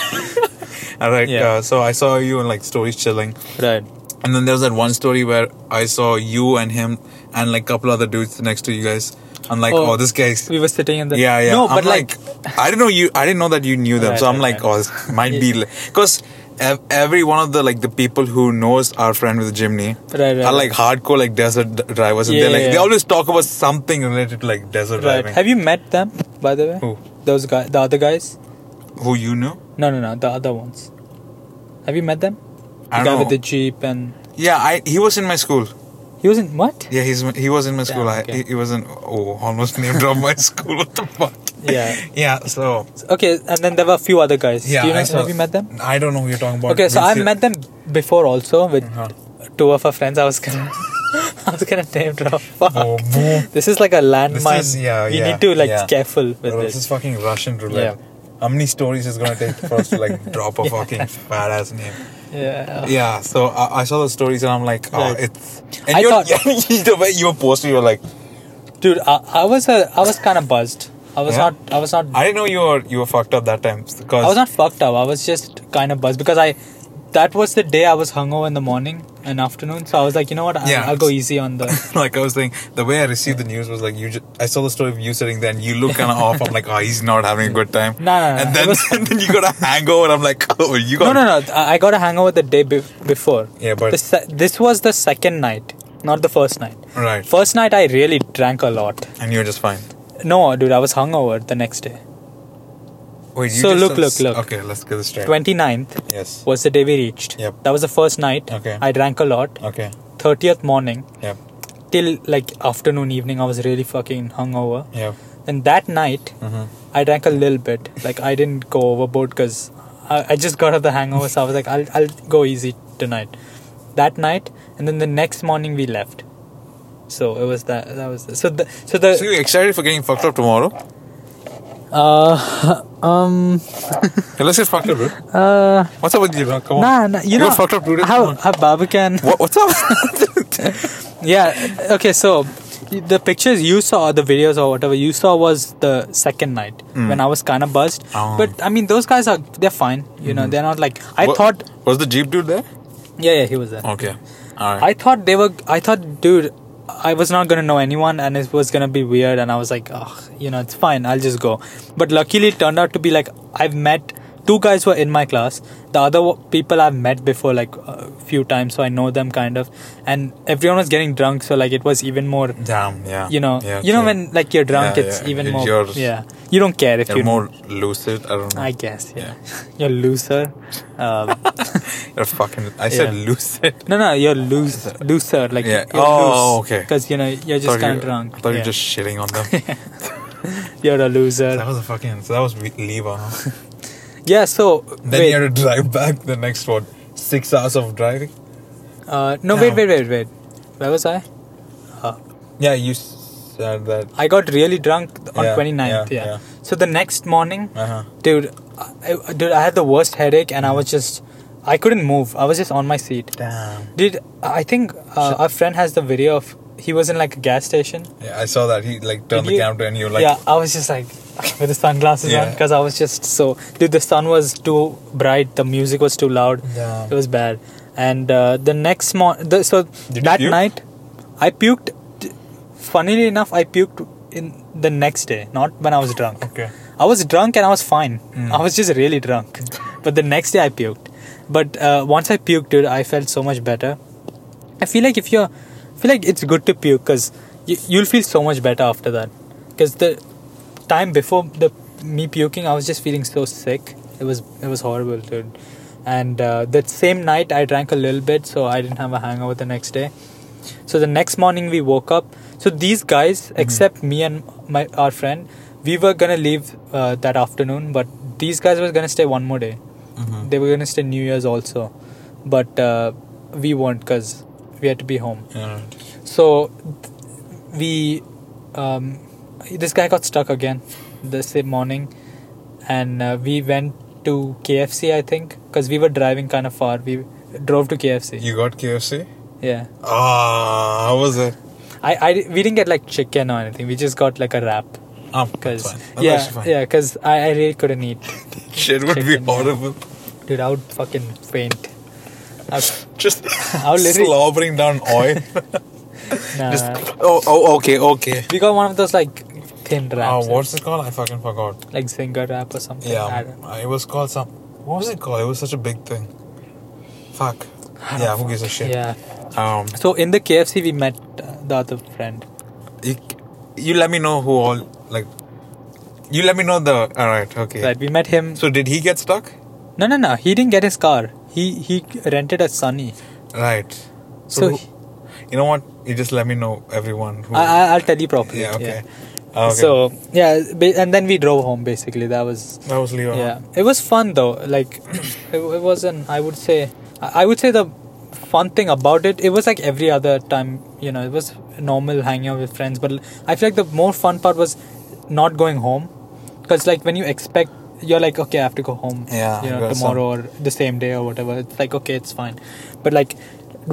B: all right.
A: Yeah.
B: Uh, so I saw you and like stories chilling.
A: Right.
B: And then there was that one story where I saw you and him and like couple other dudes next to you guys. I'm like, oh, this guy's.
A: We were sitting in the.
B: Yeah, yeah.
A: No,
B: I'm
A: but like,
B: I didn't know you. I didn't know that you knew them.
A: Right,
B: so I'm
A: right,
B: like,
A: right.
B: oh, this might be because ev- every one of the like the people who knows our friend with the Jimny
A: Right, right,
B: are like hardcore like desert d- drivers, and
A: Yeah,
B: they're like
A: yeah,
B: they
A: yeah.
B: always talk about something related to like desert
A: right.
B: driving.
A: Have you met them by the way?
B: Who?
A: Those guys, the other guys.
B: who you knew?
A: No, no, no, the other ones. Have you met them?
B: I
A: the
B: don't
A: guy with
B: know.
A: the jeep and
B: Yeah, I he was in my school.
A: he was in what?
B: Yeah, he's he was in my school. I,
A: okay.
B: he, he was in oh almost named off my school. What the fuck?
A: Yeah.
B: Yeah. So
A: Okay, and then there were a few other guys.
B: yeah,
A: Do you know,
B: I saw,
A: have you met them?
B: I don't know who you're talking about.
A: Okay, so
B: We'll
A: I
B: see-
A: met them before also with
B: Uh-huh.
A: two of our friends. I was gonna, I was gonna name drop. Fuck.
B: Oh, boom.
A: This is like a landmine.
B: This is- yeah,
A: you
B: yeah,
A: need to like
B: yeah.
A: careful with
B: Bro,
A: this.
B: is fucking Russian roulette. How many stories is gonna take for us to like drop a fucking badass name?
A: yeah.
B: Yeah, so I, I saw the stories and I'm like, oh,
A: Right.
B: it's. And
A: I
B: you're,
A: thought-
B: the way you were posting, you were like,
A: Dude, I, I was a, I was kind of buzzed. I was
B: Yeah?
A: not. I was not.
B: I didn't know you were you were fucked up that time because
A: I was not fucked up. I was just kind of buzzed because I. That was the day I was hungover in the morning, an afternoon. So I was like, you know what? I'll,
B: Yeah.
A: I'll go easy on the.
B: like I was saying, the way I received the news was like you. Ju- I saw the story of you sitting there, and you look kind of off. I'm like, oh, he's not having a good time.
A: No, no, no,
B: And
A: it
B: then,
A: was
B: and then you got a hangover. I'm like, oh, you
A: No,
B: got.
A: no, no. I I got a hangover the day be- before.
B: Yeah, but-
A: The se- this was the second night, not the first night.
B: Right.
A: First night, I really drank a lot.
B: And you're just fine.
A: No, dude, I was hungover the next day.
B: Wait. You
A: So
B: just
A: look,
B: said-
A: look, look.
B: Okay, let's get this straight.
A: 29th
B: Yes.
A: was the day we reached.
B: Yep.
A: That was the first night.
B: Okay.
A: I drank a lot.
B: Okay.
A: 30th morning
B: Yep.
A: till like afternoon, evening, I was really fucking hungover.
B: Yep.
A: Then that night,
B: Mhm.
A: I drank a little bit. Like I didn't go overboard because I, I just got out of the hangover, so I was like, I'll I'll go easy tonight. That night, and then the next morning we left. So it was that that was so the so the
B: So you excited for getting fucked up tomorrow?
A: uh um
B: Hey, let's get fucked up, bro.
A: uh
B: What's up with Oh. you, bro? Come on.
A: nah, nah you know
B: got fucked up, dude. Come
A: how
B: on.
A: how Barbican
B: What, what's up?
A: yeah okay so the pictures you saw the videos or whatever you saw was the second night when I was kind of buzzed
B: Hmm. Oh. Hmm.
A: but I mean those guys are they're fine you know they're not like I
B: What-
A: thought
B: Was the jeep dude there?
A: yeah yeah he was there
B: Okay. All right.
A: I thought they were. I thought, dude, I was not gonna know anyone, and it was gonna be weird. And I was like, ugh, you know, it's fine. I'll just go. But luckily, it turned out to be like I've met two guys who are in my class. The other w- people I've met before, like a few times, so I know them kind of. And everyone was getting drunk, so like it was even more.
B: Damn. Yeah.
A: You know,
B: Yeah,
A: you know
B: true.
A: when like you're drunk,
B: Yeah,
A: it's
B: yeah.
A: even
B: It's
A: more.
B: yours.
A: Yeah, you don't care if
B: You're
A: you.
B: more lucid. I don't know.
A: I guess yeah, you're looser. Um,
B: You're fucking. I said
A: Yeah.
B: lucid.
A: No, no, you're loose, looser. Like
B: Yeah.
A: You're
B: Oh, okay.
A: Because you know you're just
B: Thought you-
A: kind of drunk.
B: I thought you
A: yeah.
B: were just shitting on them.
A: you're a
B: that
A: loser.
B: was a fucking. So that was we- leave on.
A: Yeah. So
B: Then
A: wait,
B: you had to drive back the next what six hours of driving.
A: uh, no, wait,
B: No.
A: wait, wait, wait. Where was I? Uh,
B: Yeah, you said that.
A: I got really drunk on
B: Yeah,
A: 29th.
B: yeah,
A: Yeah,
B: yeah.
A: So the next morning,
B: Uh huh.
A: dude, I, I- dude, I had the worst headache, and I was just, I couldn't move. I was just on my seat.
B: Damn.
A: Did I think uh, our friend has the video of he was in like a gas station
B: Yeah, I saw that he like turned
A: Did
B: the
A: you-
B: camera and you like.
A: yeah i was just like with the sunglasses on
B: Yeah.
A: because i was just so dude the sun was too bright the music was too loud
B: Yeah.
A: it was bad and uh, the next morning so
B: Did you
A: that
B: puke?
A: night i puked funnily enough i puked in the next day not when i was drunk
B: Okay.
A: i was drunk and i was fine i was just really drunk but the next day i puked but uh, once i puked dude i felt so much better I feel like if you're, I feel like it's good to puke because you, you'll feel so much better after that. Because the time before the me puking, I was just feeling so sick. It was it was horrible, dude. And uh, that same night, I drank a little bit, so I didn't have a hangover the next day. So the next morning, we woke up. So these guys, except me and my our friend, we were gonna leave uh, that afternoon, but these guys were gonna stay one more day
B: Mhm.
A: they were gonna stay New Year's also, but uh, we weren't because we had to be home.
B: Yeah.
A: So th- we, um, this guy got stuck again the same morning, and uh, we went to KFC I think because we were driving kind of far. We drove to KFC.
B: You got KFC.
A: yeah,
B: Ah, how was it?
A: I, I di- we didn't get like chicken or anything. We just got like a wrap.
B: Um,
A: Cause
B: that's fine. That's
A: Ah, yeah,
B: actually fine.
A: yeah, cause I, I really couldn't eat,
B: Shit would be
A: Chicken, yeah.
B: horrible.
A: dude. I would fucking faint. I,
B: Just
A: I'll literally- Uh,
B: slobbering down oil.
A: nah.
B: Just oh oh okay okay.
A: We got one of those like thin
B: Oh,
A: wraps,
B: what's it called? I fucking forgot.
A: like zinger wrap or something. I
B: Yeah,
A: don't
B: uh, it was called some. What was it called? It was such a big thing. Fuck. Yeah, who gives a shit?
A: Yeah.
B: Um,
A: So in the KFC we met uh, the other friend.
B: you, you let me know who all like. You let me know the. All right. Okay.
A: Right. We met him.
B: So did he get stuck?
A: no, no, no. He didn't get his car. He he rented a Sunny.
B: Right.
A: So
B: who-
A: he-
B: you know what? You just let me know everyone. Who,
A: I, I I'll tell you properly.
B: yeah. Okay. Oh, Ah, Okay.
A: So yeah, ba- and then we drove home. Basically, that was
B: that was Leo.
A: yeah. It was fun though. Like it, it wasn't. I would say I I would say the fun thing about it. It was like every other time. You know, it was normal hanging out with friends. But I feel like the more fun part was not going home, because like when you expect. You're like okay, I have to go home.
B: Yeah,
A: you know
B: got some-
A: tomorrow or the same day or whatever. It's like okay, it's fine. But like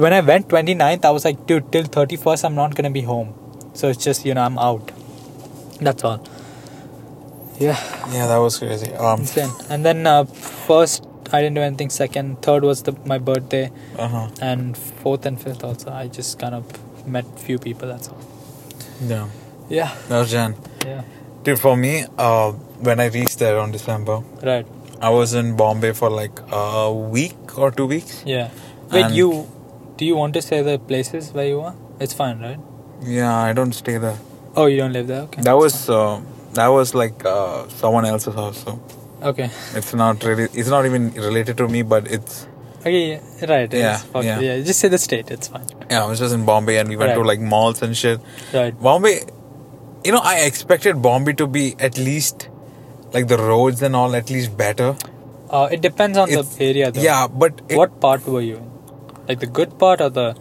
A: when I went 29th, I was like, dude, till 31st, I'm not gonna be home. So it's just you know I'm out. That's all. Yeah.
B: Yeah, that was crazy. Um,
A: Insane. And then uh, first, I didn't do anything. Second, third was the my birthday,
B: Uh huh.
A: and fourth and fifth also. I just kind of met few people. That's all.
B: Yeah.
A: Yeah,
B: That was Jan.
A: yeah,
B: Dude, for me, uh, when I reached there on December,
A: right.
B: I was in Bombay for like a week or two weeks.
A: Yeah. Wait,
B: And-
A: you do you want to say the places where you were? It's fine, right?
B: Yeah, I don't stay there.
A: Oh, you don't live there. Okay.
B: That was uh, that was like uh, someone else's house, so
A: Okay.
B: it's not really it's not even related to me, but it's
A: Okay. Yeah, right. it's
B: Yeah,
A: fuck-
B: yeah.
A: yeah. Just say the state. It's fine.
B: yeah. I was just in Bombay and we went to
A: Right.
B: like malls and shit.
A: Right.
B: Bombay, you know, I expected Bombay to be at least like the roads and all at least better.
A: Uh, it depends on
B: It's-
A: the area. Though.
B: Yeah, but it,
A: what part were you in? Like the good part or the?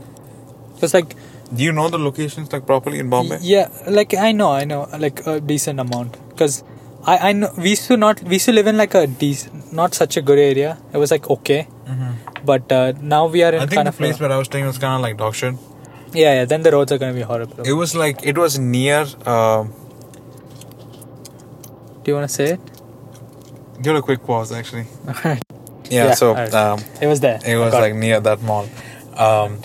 A: Because like
B: do you know the locations like properly in Bombay?
A: Yeah, like I know, I know, like a decent amount. Cause I, I know we used to not we used to live in like a decent, not such a good area. It was like okay, but uh, now we are in
B: Mm-hmm. I think
A: kind
B: the
A: of uh,
B: place
A: a,
B: where I was staying was kind of like dog shit.
A: yeah, yeah. Then the roads are gonna be horrible.
B: It was like it was near. Uh,
A: Do you wanna say it?
B: give it a quick pause, actually.
A: Alright.
B: Yeah.
A: Yeah,
B: so
A: alright.
B: um,
A: it was there.
B: it was
A: Got
B: like near that mall. Um,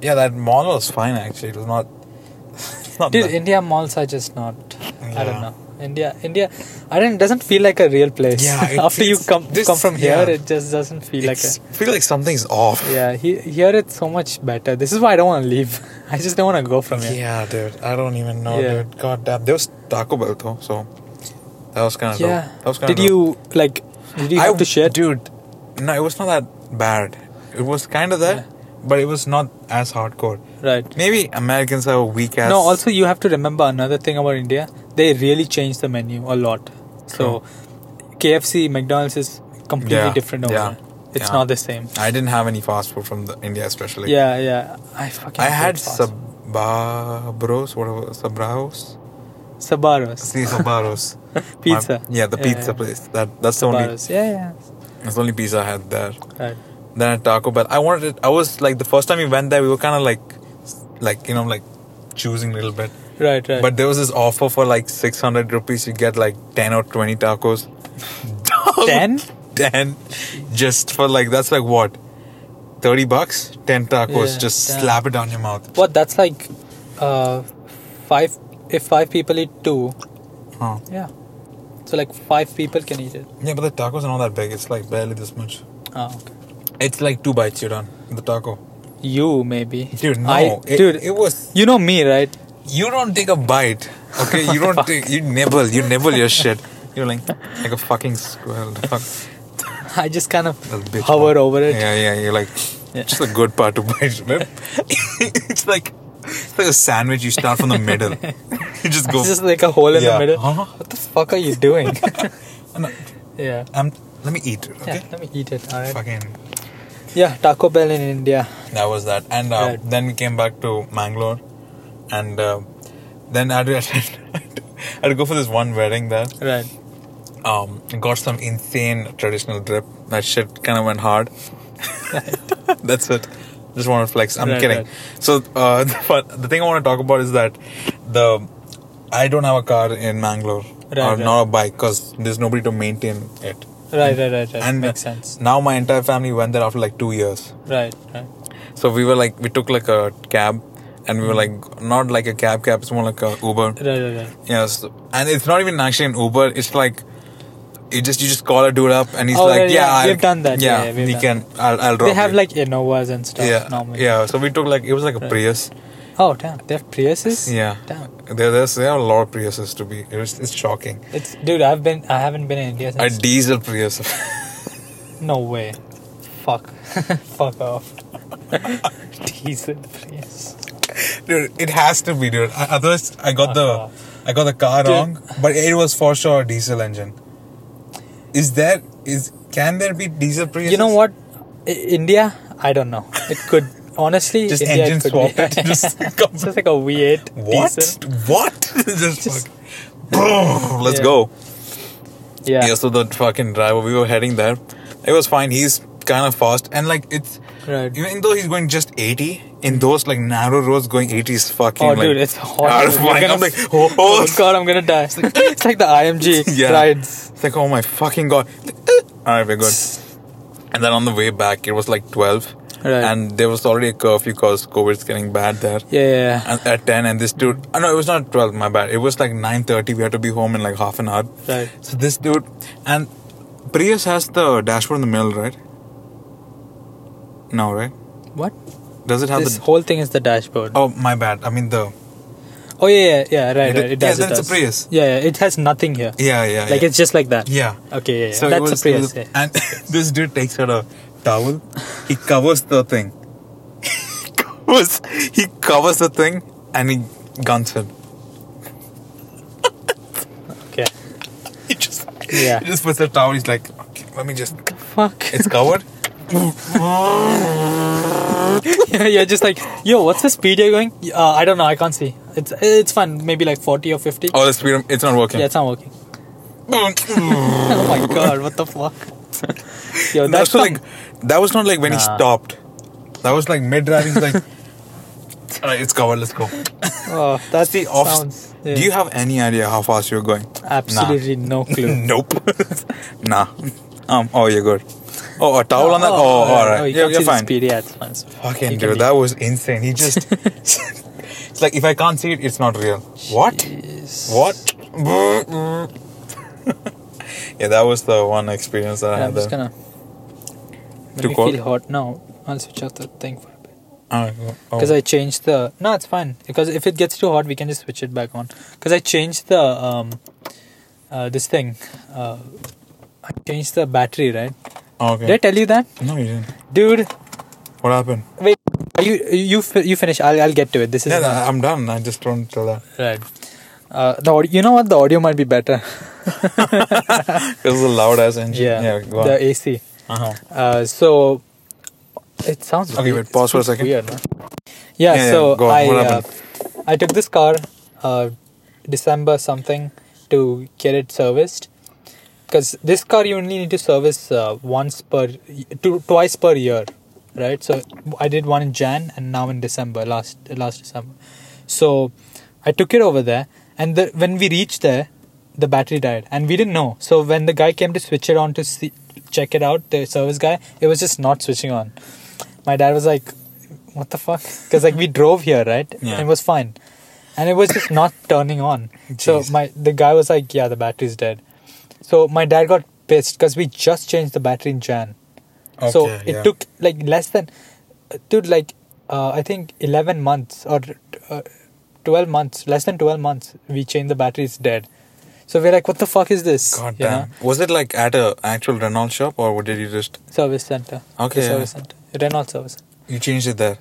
B: yeah, that mall was fine actually. It was not. not
A: dude,
B: that-
A: India malls are just not. I
B: Yeah.
A: don't know. India, India, I don't. Doesn't feel like a real place.
B: Yeah, it's-
A: After you
B: it's-
A: come
B: this-
A: come from here,
B: yeah.
A: it just doesn't feel like a.
B: it's- feel like something's off.
A: Yeah, he, here it's so much better. This is why I don't want to leave. I just don't want to go from here.
B: Yeah, dude. I don't even know,
A: Yeah.
B: dude. God damn. There was Taco Bell though, so that was kind of
A: Yeah.
B: Dope. That was kind
A: Did
B: of
A: you like? Did you
B: I
A: have to share?
B: dude? No, it was not that bad. It was kind of that, but it was not as hardcore.
A: Right.
B: Maybe Americans have a weak ass.
A: No. Also, you have to remember another thing about India. They really changed the menu a lot. So, KFC, McDonald's is completely
B: Yeah,
A: different over.
B: yeah,
A: there. It's
B: yeah.
A: not the same.
B: I didn't have any fast food from the India, especially.
A: yeah, yeah. I fucking.
B: I
A: hate
B: had
A: fast food.
B: sababros, whatever sabravos.
A: Sabaros
B: See sabavos.
A: pizza.
B: yeah, the
A: Yeah,
B: pizza
A: yeah.
B: place. That that's the only
A: Sabaros. Yeah, yeah.
B: that's the only pizza I had there.
A: Right.
B: Then at Taco Bell, I wanted. it- I was like the first time we went there, we were kind of like, like you know, like choosing a little bit.
A: Right. Right.
B: But there was this offer for like 600 rupees, you get like 10 or 20 tacos. Dog,
A: ten.
B: 10. Just for like, that's like what? 30 bucks? 10 tacos.
A: Yeah,
B: just
A: damn.
B: slap it down your mouth.
A: What? That's like, uh, five. If five people eat two,
B: Huh.
A: yeah. So like five people can eat it.
B: Yeah, but the tacos are not that big. It's like barely this much.
A: Ah, okay.
B: It's like two bites you're done. The taco.
A: You maybe.
B: Dude, no.
A: I,
B: it,
A: dude,
B: it was.
A: you know me, right?
B: You don't take a bite. Okay, you don't take. You nibble. You nibble your shit. You're like, like a fucking squirrel. The fuck.
A: I just kind of
B: That bitch
A: hover
B: part.
A: over it.
B: Yeah, yeah. You're like,
A: Yeah.
B: just a good part to bite. man." it's like, it's like a sandwich. You start from the middle. you just go.
A: It's just like a hole in
B: Yeah.
A: the middle.
B: Huh?
A: What the fuck are you doing?
B: No,
A: yeah.
B: I'm, let me eat it. Okay.
A: Yeah, let me eat it. All right.
B: Fucking.
A: Yeah, Taco Bell in India.
B: That was that. And uh,
A: Right.
B: then we came back to Mangalore, and uh, then I had, to, I had to go for this one wedding there.
A: Right.
B: Um, got some insane traditional drip. That shit kind of went hard. That's it. Just want to flex. I'm
A: Right,
B: kidding.
A: right.
B: So, uh, the, fun- the thing I want to talk about is that the I don't have a car in Mangalore
A: Right,
B: or
A: right.
B: not a bike because there's nobody to maintain it.
A: Right, right, right, right.
B: And
A: Makes sense.
B: now my entire family went there after like two years.
A: Right, right.
B: So we were like, we took like a cab, and we were like, not like a cab cab, it's more like a Uber.
A: Right, right, right.
B: Yes, and it's not even actually an Uber. It's like, you just you just call a dude up, and he's
A: Oh,
B: like,
A: right,
B: yeah,
A: yeah,
B: I'll-
A: we've done that.
B: Yeah,
A: Yeah, yeah, we've
B: we
A: done
B: can. I'll, I'll drop.
A: They have
B: you.
A: like Innovas and stuff
B: yeah,
A: normally.
B: yeah. So we took like it was like a Prius.
A: Oh, damn. They have Priuses?
B: Yeah,
A: Damn.
B: there there's there are a lot of Priuses to be. It was, it's shocking.
A: It's dude. I've been. I haven't been in India
B: A
A: since.
B: diesel Prius.
A: no way. Fuck. Fuck off. Decent Prius.
B: dude, it has to be, dude. I, otherwise, I got
A: Uh-huh.
B: the I got the car
A: Dude.
B: wrong, but it was for sure a diesel engine. Is there is can there be diesel Priuses?
A: you know what I- india i don't know it could honestly
B: Just
A: india,
B: engine
A: could
B: swap
A: be,
B: it, just come-
A: It's just like a v8
B: What?
A: diesel.
B: What? Just fuck. Boom, Let's
A: Yeah.
B: go.
A: yeah
B: Yeah. So the fucking driver, we were heading there. It was fine. He's kind of fast, and like it's
A: Right.
B: even though he's going just eighty in those like narrow roads, going eighty is fucking.
A: oh
B: like,
A: dude it's hot
B: Out of
A: You're
B: mind.
A: gonna-
B: I'm like, oh,
A: oh god i'm gonna die it's like the img
B: yeah.
A: rides
B: It's like, oh my fucking god. All right, we're good. And then on the way back, it was like 12.
A: Right.
B: And there was already a curfew because COVID's getting bad there.
A: Yeah, yeah, yeah.
B: And at 10, and this dude, oh no, it was not 12, my bad. It was like 9.30. We had to be home in like half an hour.
A: Right.
B: So this dude, and Prius has the dashboard in the middle, right? No, right?
A: What?
B: Does it have
A: This
B: the.
A: whole thing is the dashboard. Oh,
B: oh, my bad. I mean, the.
A: yeah, yeah, yeah. Right,
B: It-
A: right. It
B: yeah,
A: does. it
B: then it's a
A: does.
B: Prius.
A: Yeah, yeah, it has nothing here.
B: Yeah, yeah.
A: Like
B: yeah.
A: it's just like that.
B: Yeah.
A: Okay, yeah, yeah.
B: So it
A: That's a
B: was-
A: Prius.
B: it
A: Yeah.
B: was- And this dude takes out a towel. He covers the thing. he covers. He covers the thing, and he guns it.
A: Okay.
B: He just.
A: Yeah.
B: He just puts the towel. He's like, okay, let me just.
A: Fuck.
B: It's covered.
A: yeah, just like, yo, what's the speed you're going? Uh, I don't know, I can't see. It's it's fine, maybe like 40 or 50.
B: Oh, the speedometer. It's not working.
A: Yeah, it's not working.
B: That's
A: oh my god, what the fuck? yo, that's
B: that was
A: some,
B: like. That was not like when he
A: Nah.
B: stopped. That was like mid driving. He's like, all right, it's covered. Let's go.
A: oh, that's
B: See, off.
A: sounds. yeah.
B: Do you have any idea how fast you're going?
A: Absolutely no clue.
B: nope. nah. Um. Oh, you're good. Oh, a towel on that. Oh, all right.
A: Oh, you
B: yeah,
A: can't
B: you're
A: see the
B: fine.
A: Speed. Yeah, it's fine. it's fine.
B: Fucking
A: You can
B: dude,
A: be-
B: that was insane. He just. it's like if I can't see it, it's not real. What?
A: Jeez.
B: What? yeah, that was the one experience that I
A: I'm
B: had.
A: just
B: there.
A: gonna. Let
B: Too
A: me
B: cold?
A: feel hot now. I'll switch off the thing for a bit.
B: Oh, oh.
A: Because I changed the. No, it's fine. Because if it gets too hot, we can just switch it back on. Because I changed the um, uh, this thing. Uh, I changed the battery, right?
B: Oh, okay.
A: Did I tell you that,
B: no, you didn't.
A: dude?
B: What happened?
A: Wait, are you you fi- you finish. I'll I'll get to it. This is
B: Yeah, no, I'm done. I just don't tell that.
A: right. Uh, the audio, you know what? The audio might be better.
B: It was a loud ass engine.
A: yeah.
B: go on.
A: the AC.
B: uh-huh.
A: Uh, so it sounds
B: Okay,
A: weird.
B: wait, pause for a
A: It's
B: second.
A: Weird, no? Yeah,
B: Yeah, yeah,
A: so
B: go on,
A: I
B: what
A: uh,
B: happened?
A: I took this car uh, December something to get it serviced because this car you only need to service uh, once per two, twice per year, right? So I did one in Jan and now in December last last December. So I took it over there, and the, when we reached there, the battery died, and we didn't know. So when the guy came to switch it on to see, check it out, the service guy, it was just not switching on. My dad was like, "What the fuck?" Because like we drove here, right?
B: Yeah.
A: And it was fine, and it was just not turning on. So
B: Jeez.
A: my the guy was like, "Yeah, the battery's dead." So my dad got pissed because we just changed the battery in Jan. so
B: Okay,
A: it
B: yeah.
A: took like less than, dude, like uh, I think eleven months or uh, twelve months, less than twelve months. We changed the battery; it's dead. So we're like, what the fuck is this?
B: God
A: You
B: damn.
A: know?
B: Was it like at a actual Renault shop or did you just.
A: Service center. The
B: Okay, yeah.
A: Service center. Renault service.
B: You changed it there?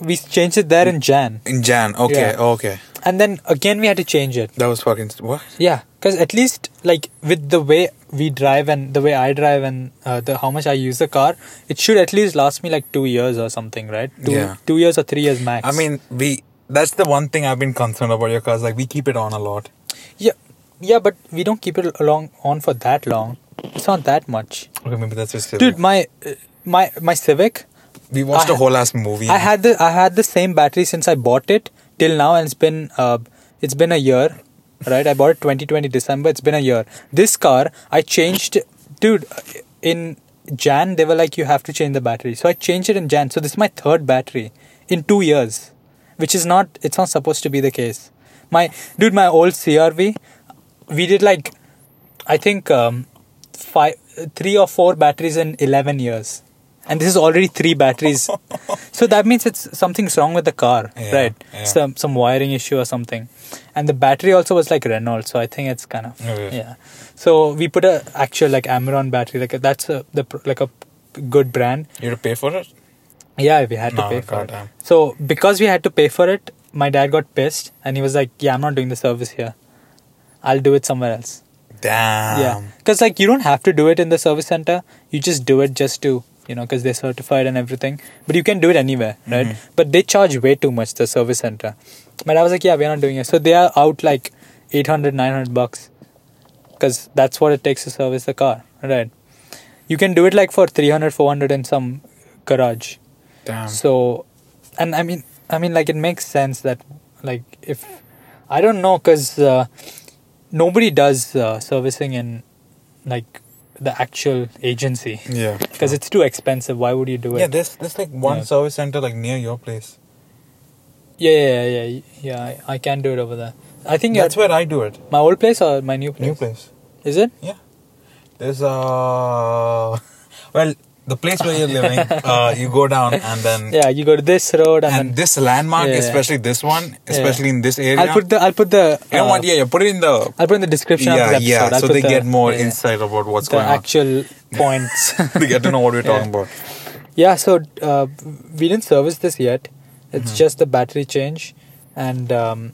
A: We changed it there in Jan,
B: In Jan. Okay,
A: Yeah.
B: okay.
A: and then again we had to change it.
B: That was fucking. What?
A: Yeah, because at least like with the way we drive and the way I drive and uh, the how much I use the car, it should at least last me like two years or something, right? Two,
B: Yeah.
A: two years or three years max.
B: I mean, we. That's the one thing I've been concerned about your cars. Like, we keep it on a lot.
A: yeah, yeah, but we don't keep it along on for that long. It's not that much,
B: Okay, maybe that's just.
A: dude. My uh, my my Civic,
B: we watched
A: I-
B: a whole ass movie.
A: I had the I had the same battery since I bought it till now, and it's been uh, it's been a year, right? I bought it 2020 December. It's been a year. This car I changed, dude. In Jan they were like you have to change the battery, so I changed it in Jan. So this is my third battery in two years, which is not it's not supposed to be the case. My dude, my old CRV, we did like I think um, five, three or four batteries in eleven years, and this is already three batteries. so that means it's something's wrong with the car,
B: Yeah,
A: right?
B: yeah.
A: Some some wiring issue or something, and the battery also was like Renault, so I think it's kind of
B: Okay.
A: yeah. So we put a actual like Amaron battery, like that's a the pr- like a good brand.
B: You had to pay for it?
A: Yeah, we had to
B: No,
A: pay for it.
B: goddamn.
A: So because we had to pay for it, my dad got pissed and he was like, "Yeah, I'm not doing the service here. I'll do it somewhere else."
B: Damn.
A: yeah because Um, like you don't have to do it in the service center you just do it just to you know because they're certified and everything but you can do it anywhere right but they charge way too much the service center but i was like yeah we're not doing it so they are out like 800 900 bucks because that's what it takes to service the car right you can do it like for 300 400 in some garage
B: Damn.
A: so and i mean i mean like it makes sense that like if i don't know because uh, nobody does uh, servicing in like the actual agency
B: Yeah.
A: because it's too expensive. Why would you do it?
B: Yeah, there's there's like one
A: Yeah.
B: service center like near your place.
A: yeah, yeah, yeah, yeah, yeah. I, I can do it over there. I think
B: That's
A: that's
B: where I do it.
A: my old place or my new place.
B: New place.
A: Is it?
B: Yeah. There's uh well the place where you're living, uh, you go down and then
A: Yeah, you go to this road and,
B: and
A: then
B: this landmark,
A: Yeah, yeah.
B: especially this one, especially in this area.
A: I'll put the I'll put the
B: you know
A: uh,
B: what? Yeah, yeah. Put it in the
A: I'll put in the description of
B: yeah,
A: this episode.
B: yeah.
A: I'll
B: so
A: put
B: they
A: the-
B: get more
A: yeah,
B: insight about what's
A: the
B: going
A: actual points.
B: on. they get to know what we're
A: Yeah.
B: talking about.
A: yeah, so uh, we didn't service this yet.
B: Mm-hmm.
A: It's just the battery change, and um,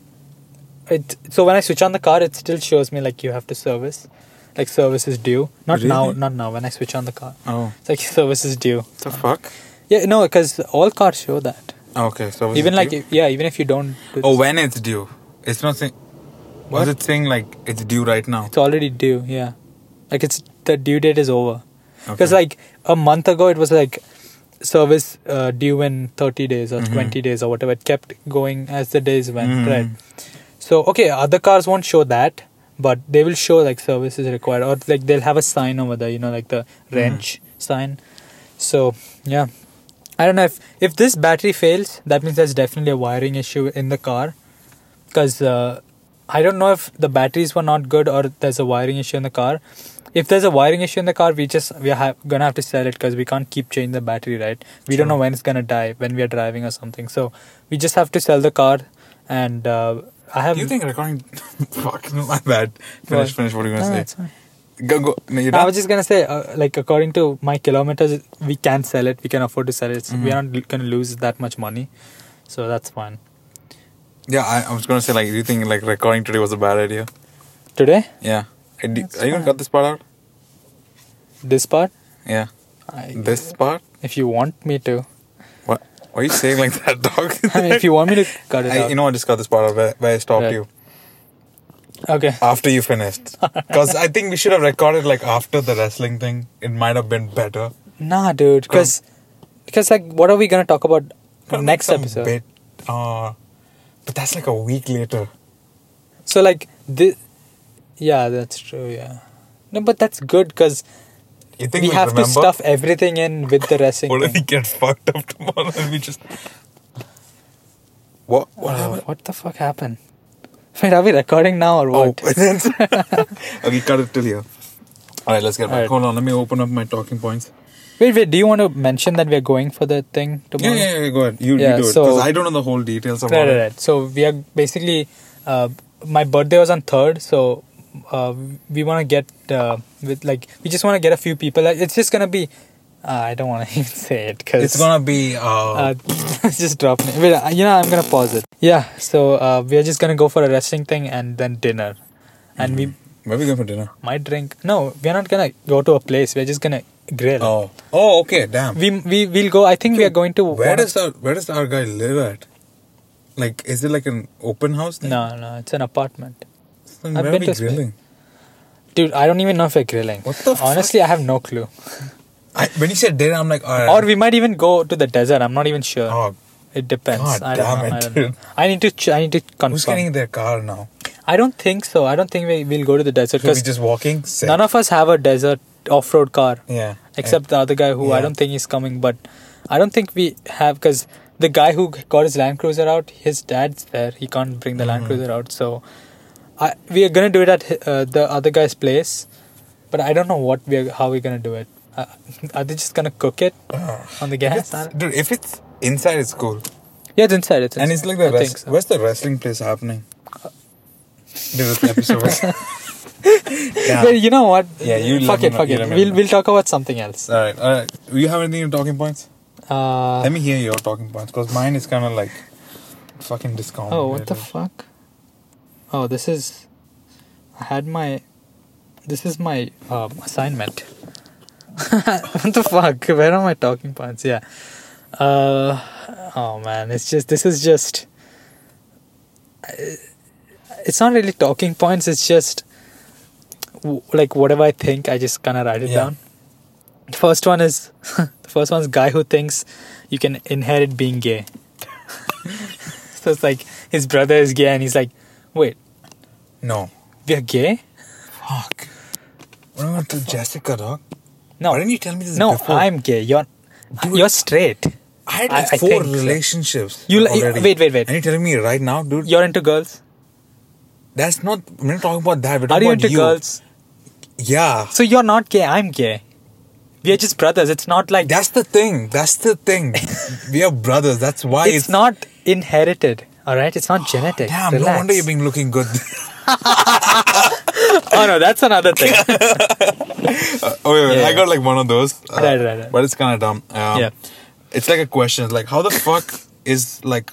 A: it. So when I switch on the car, it still shows me like you have to service, like service is due. Not now,
B: Really?
A: not now. When I switch on the car,
B: Oh,
A: it's like service is due.
B: the fuck?
A: Yeah, no, because all cars show that.
B: Okay, so was
A: even
B: Oh, it
A: like
B: due?
A: if- yeah, even if you don't. Do
B: oh,
A: this-
B: when it's due, it's not saying. Was
A: What?
B: it saying like it's due right now?
A: It's already due, yeah. Like it's the due date is over. Because
B: Okay.
A: like a month ago, it was like service uh, due in thirty days or
B: Mhm.
A: twenty days or whatever. It kept going as the days went,
B: Mm.
A: right? So okay, other cars won't show that, but they will show like service is required or like they'll have a sign over there, you know, like the wrench sign. So yeah, I don't know if if this battery fails, that means there's definitely a wiring issue in the car, because uh, I don't know if the batteries were not good or there's a wiring issue in the car. If there's a wiring issue in the car, we just we're ha- gonna have to sell it because we can't keep changing the battery, right? We don't know when it's gonna die when we are driving or something. So we just have to sell the car, and uh, I have.
B: Do you think recording? fuck, my bad. Finish,
A: What?
B: finish. What are you
A: No,
B: gonna
A: no,
B: say?
A: it's fine.
B: Go, go. No, you
A: No, I
B: done?
A: was just gonna say, uh, like, according to my kilometers, we can sell it. We can afford to sell it. It's- We
B: Mhm.
A: are not gonna lose that much money, so that's fine.
B: yeah, I, I was gonna say like, do you think like recording today was a bad idea?
A: Today,
B: Yeah. I do-
A: That's
B: are you gonna
A: fine.
B: cut this part out?
A: this part,
B: Yeah.
A: I,
B: This part?
A: if you want me to,
B: What? Why are you saying like that, dog?
A: I mean, if you want me to cut it
B: I,
A: out,
B: you know, I just cut this part out where, where I stopped
A: Right.
B: you
A: okay,
B: after you finished. Because I think we should have recorded like after the wrestling thing. It might have been better.
A: nah, dude, because because like, what are we gonna talk about
B: But
A: next
B: some
A: episode?
B: Bit, uh, but that's like a week later.
A: So like this, yeah, that's true, yeah. No, but that's good because
B: You think
A: we
B: we'll
A: have
B: remember?
A: to stuff everything in with the wrestling.
B: What if we
A: thing.
B: get fucked up tomorrow and we just. What? What
A: Wow,
B: happened?
A: what the fuck happened? Wait, are we recording now or
B: Oh,
A: what?
B: okay, cut it till here. Alright, let's get back.
A: Alright.
B: Hold on, let me open up my talking points.
A: Wait, wait. Do you want to mention that we are going for the thing
B: Yeah,
A: tomorrow?
B: yeah, yeah, go ahead. You,
A: Yeah,
B: you do it.
A: so-
B: Because I don't know the whole details about
A: Right, right,
B: it.
A: right. So we are basically. Uh, my birthday was on third, so uh, we want to get uh, with like we just want to get a few people. Like, It's just gonna be. Uh, I don't want to even say it because
B: It's gonna be. Uh,
A: Uh, just drop it. Wait, uh, you know, I'm gonna pause it. Yeah. So uh, we are just gonna go for a wrestling thing and then dinner, and we
B: Where are we going for dinner?
A: might drink. No, we are not gonna go to a place. We are just gonna grill.
B: Oh, oh, okay, damn.
A: We we will go. I think we are going to.
B: where
A: one-
B: does our where does our guy live at? Like, is it like an open house? Thing?
A: No, no, it's an apartment.
B: Then
A: I've
B: where are
A: been
B: we
A: to Spain.
B: grilling?
A: Dude, I don't even know if we're grilling.
B: What the
A: Honestly, I have no clue.
B: I, when you said dinner, I'm like, all right.
A: Or we might even go to the desert. I'm not even sure.
B: Oh,
A: It depends.
B: God
A: I don't
B: damn
A: know.
B: it,
A: I, don't know.
B: dude.
A: I need to. Ch- I need to confirm.
B: who's getting their car now?
A: I don't think so. I don't think we, we'll go to the desert
B: Should we
A: because
B: just walking? Sick.
A: none of us have a desert off-road car
B: yeah.
A: except the other guy who I
B: Yeah.
A: don't think is coming. But I don't think we have because the guy who got his Land Cruiser out, his dad's there. He can't bring the Land
B: Mhm.
A: Cruiser out, so I, we are gonna do it at hi- uh, the other guy's place. But I don't know what we are, how we're gonna do it. Uh, are they just gonna cook it
B: Ugh.
A: on the
B: If
A: gas?
B: it's- dude, if it's inside, it's cool.
A: Yeah, it's inside. It's inside.
B: and it's like the
A: I think
B: rest,
A: so.
B: where's the wrestling place happening? Dude, this episode. was- yeah.
A: Well, you know what?
B: Yeah, you let
A: fuck
B: me
A: it,
B: know-
A: fuck
B: you
A: it.
B: let me
A: We'll
B: know.
A: we'll talk about something else.
B: All right, all right. Do you have anything in talking points?
A: Uh,
B: Let me hear your talking points because mine is kind of like fucking discount.
A: Oh, what the fuck? Oh, this is. I had my. This is my um, assignment. what the fuck? Where are my talking points? Yeah. Uh, oh man, it's just. This is just. uh, It's not really talking points, it's just. w- Like whatever I think, I just kind of write it
B: Yeah.
A: down. The first one is. the first one's guy who thinks you can inherit being gay. So it's like his brother is gay, and he's like, "Wait,
B: No.
A: we are gay?"
B: Fuck. What am I gonna tell Jessica, dog?
A: No.
B: Why didn't you tell me this
A: no,
B: before?
A: I'm gay. You're
B: Dude.
A: you're straight.
B: I had like
A: I- I
B: four
A: think so.
B: relationships.
A: You li-
B: already.
A: wait, wait, wait.
B: And you're telling me right now, dude?
A: You're into girls.
B: That's not. We're not talking about that. We're
A: Are
B: talking
A: you
B: about
A: into girls?
B: Yeah.
A: So you're not gay. I'm gay. We are just brothers. It's not like
B: That's the thing. That's the thing. we are brothers. That's why
A: it's, not inherited. All right, it's not genetic.
B: Oh, Damn,
A: Relax.
B: no wonder you've been looking good.
A: Oh no, that's another thing.
B: oh, wait, wait.
A: Yeah.
B: I got like one of those. Uh,
A: Right, right, right.
B: But it's kind of dumb. Um,
A: Yeah.
B: It's like a question. Like, how the fuck is like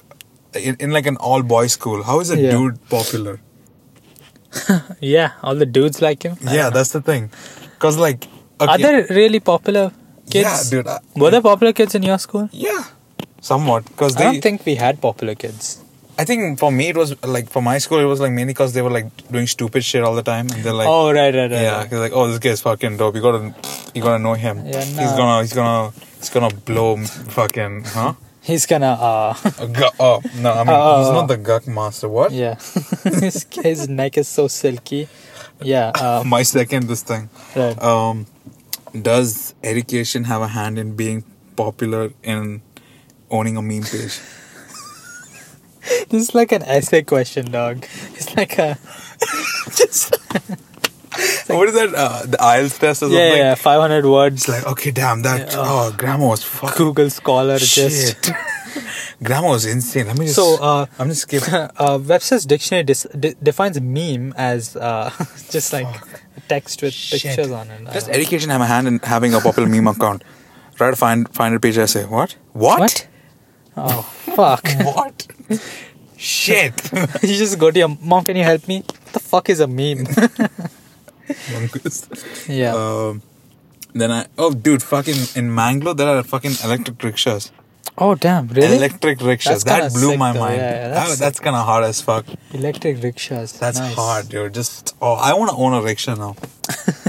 B: in, in like an all boys school? How is a
A: Yeah.
B: dude popular?
A: yeah, all the dudes like him.
B: Yeah, that's the thing. Cause like, okay,
A: Are there really popular kids?
B: Yeah, dude. I-
A: Were there popular kids in your school?
B: yeah, somewhat. Cause
A: I
B: they,
A: don't think we had popular kids.
B: I think for me it was like for my school it was like mainly because they were like doing stupid shit all the time and they're like
A: oh right, right, right.
B: yeah
A: right.
B: cause like oh this guy's fucking dope you gotta you gotta know him
A: Yeah,
B: he's
A: nah.
B: gonna he's gonna he's gonna blow m- fucking huh
A: He's gonna. Uh,
B: A gu- oh no I mean
A: Oh,
B: he's
A: oh,
B: not the guck master what
A: yeah, his, his neck is so silky. Yeah. Um,
B: my second this thing
A: Right.
B: um does education have a hand in being popular in owning a meme page
A: This is like an essay question, dog. It's like a
B: what is that uh, the IELTS test or
A: yeah,
B: something
A: yeah, five hundred words.
B: it's like okay damn that oh grammar was fucking
A: Google Scholar just.
B: Shit. Grammar was insane. Let me just.
A: So, uh,
B: I'm just skipping.
A: uh, Webster's dictionary dis- de- defines meme as uh, just like a text with
B: Shit.
A: pictures on it. Uh, I
B: Does
A: don't know.
B: education have a hand in having a popular meme account? Try to find find a page essay. What? What?
A: What? Oh fuck!
B: What? Shit.
A: you just go to your mom. Can you help me? What the fuck is a meme? yeah.
B: Um, then I oh dude fucking in Mangalore there are fucking electric rickshaws.
A: oh damn! Really?
B: Electric rickshaws.
A: That's
B: That
A: kinda
B: blew
A: sick
B: my
A: though.
B: mind.
A: Yeah, yeah,
B: that's
A: that's
B: that,
A: sick.
B: that's kind of hard as fuck.
A: Electric rickshaws.
B: That's
A: nice.
B: hard, dude. Just oh, I want to own a rickshaw now.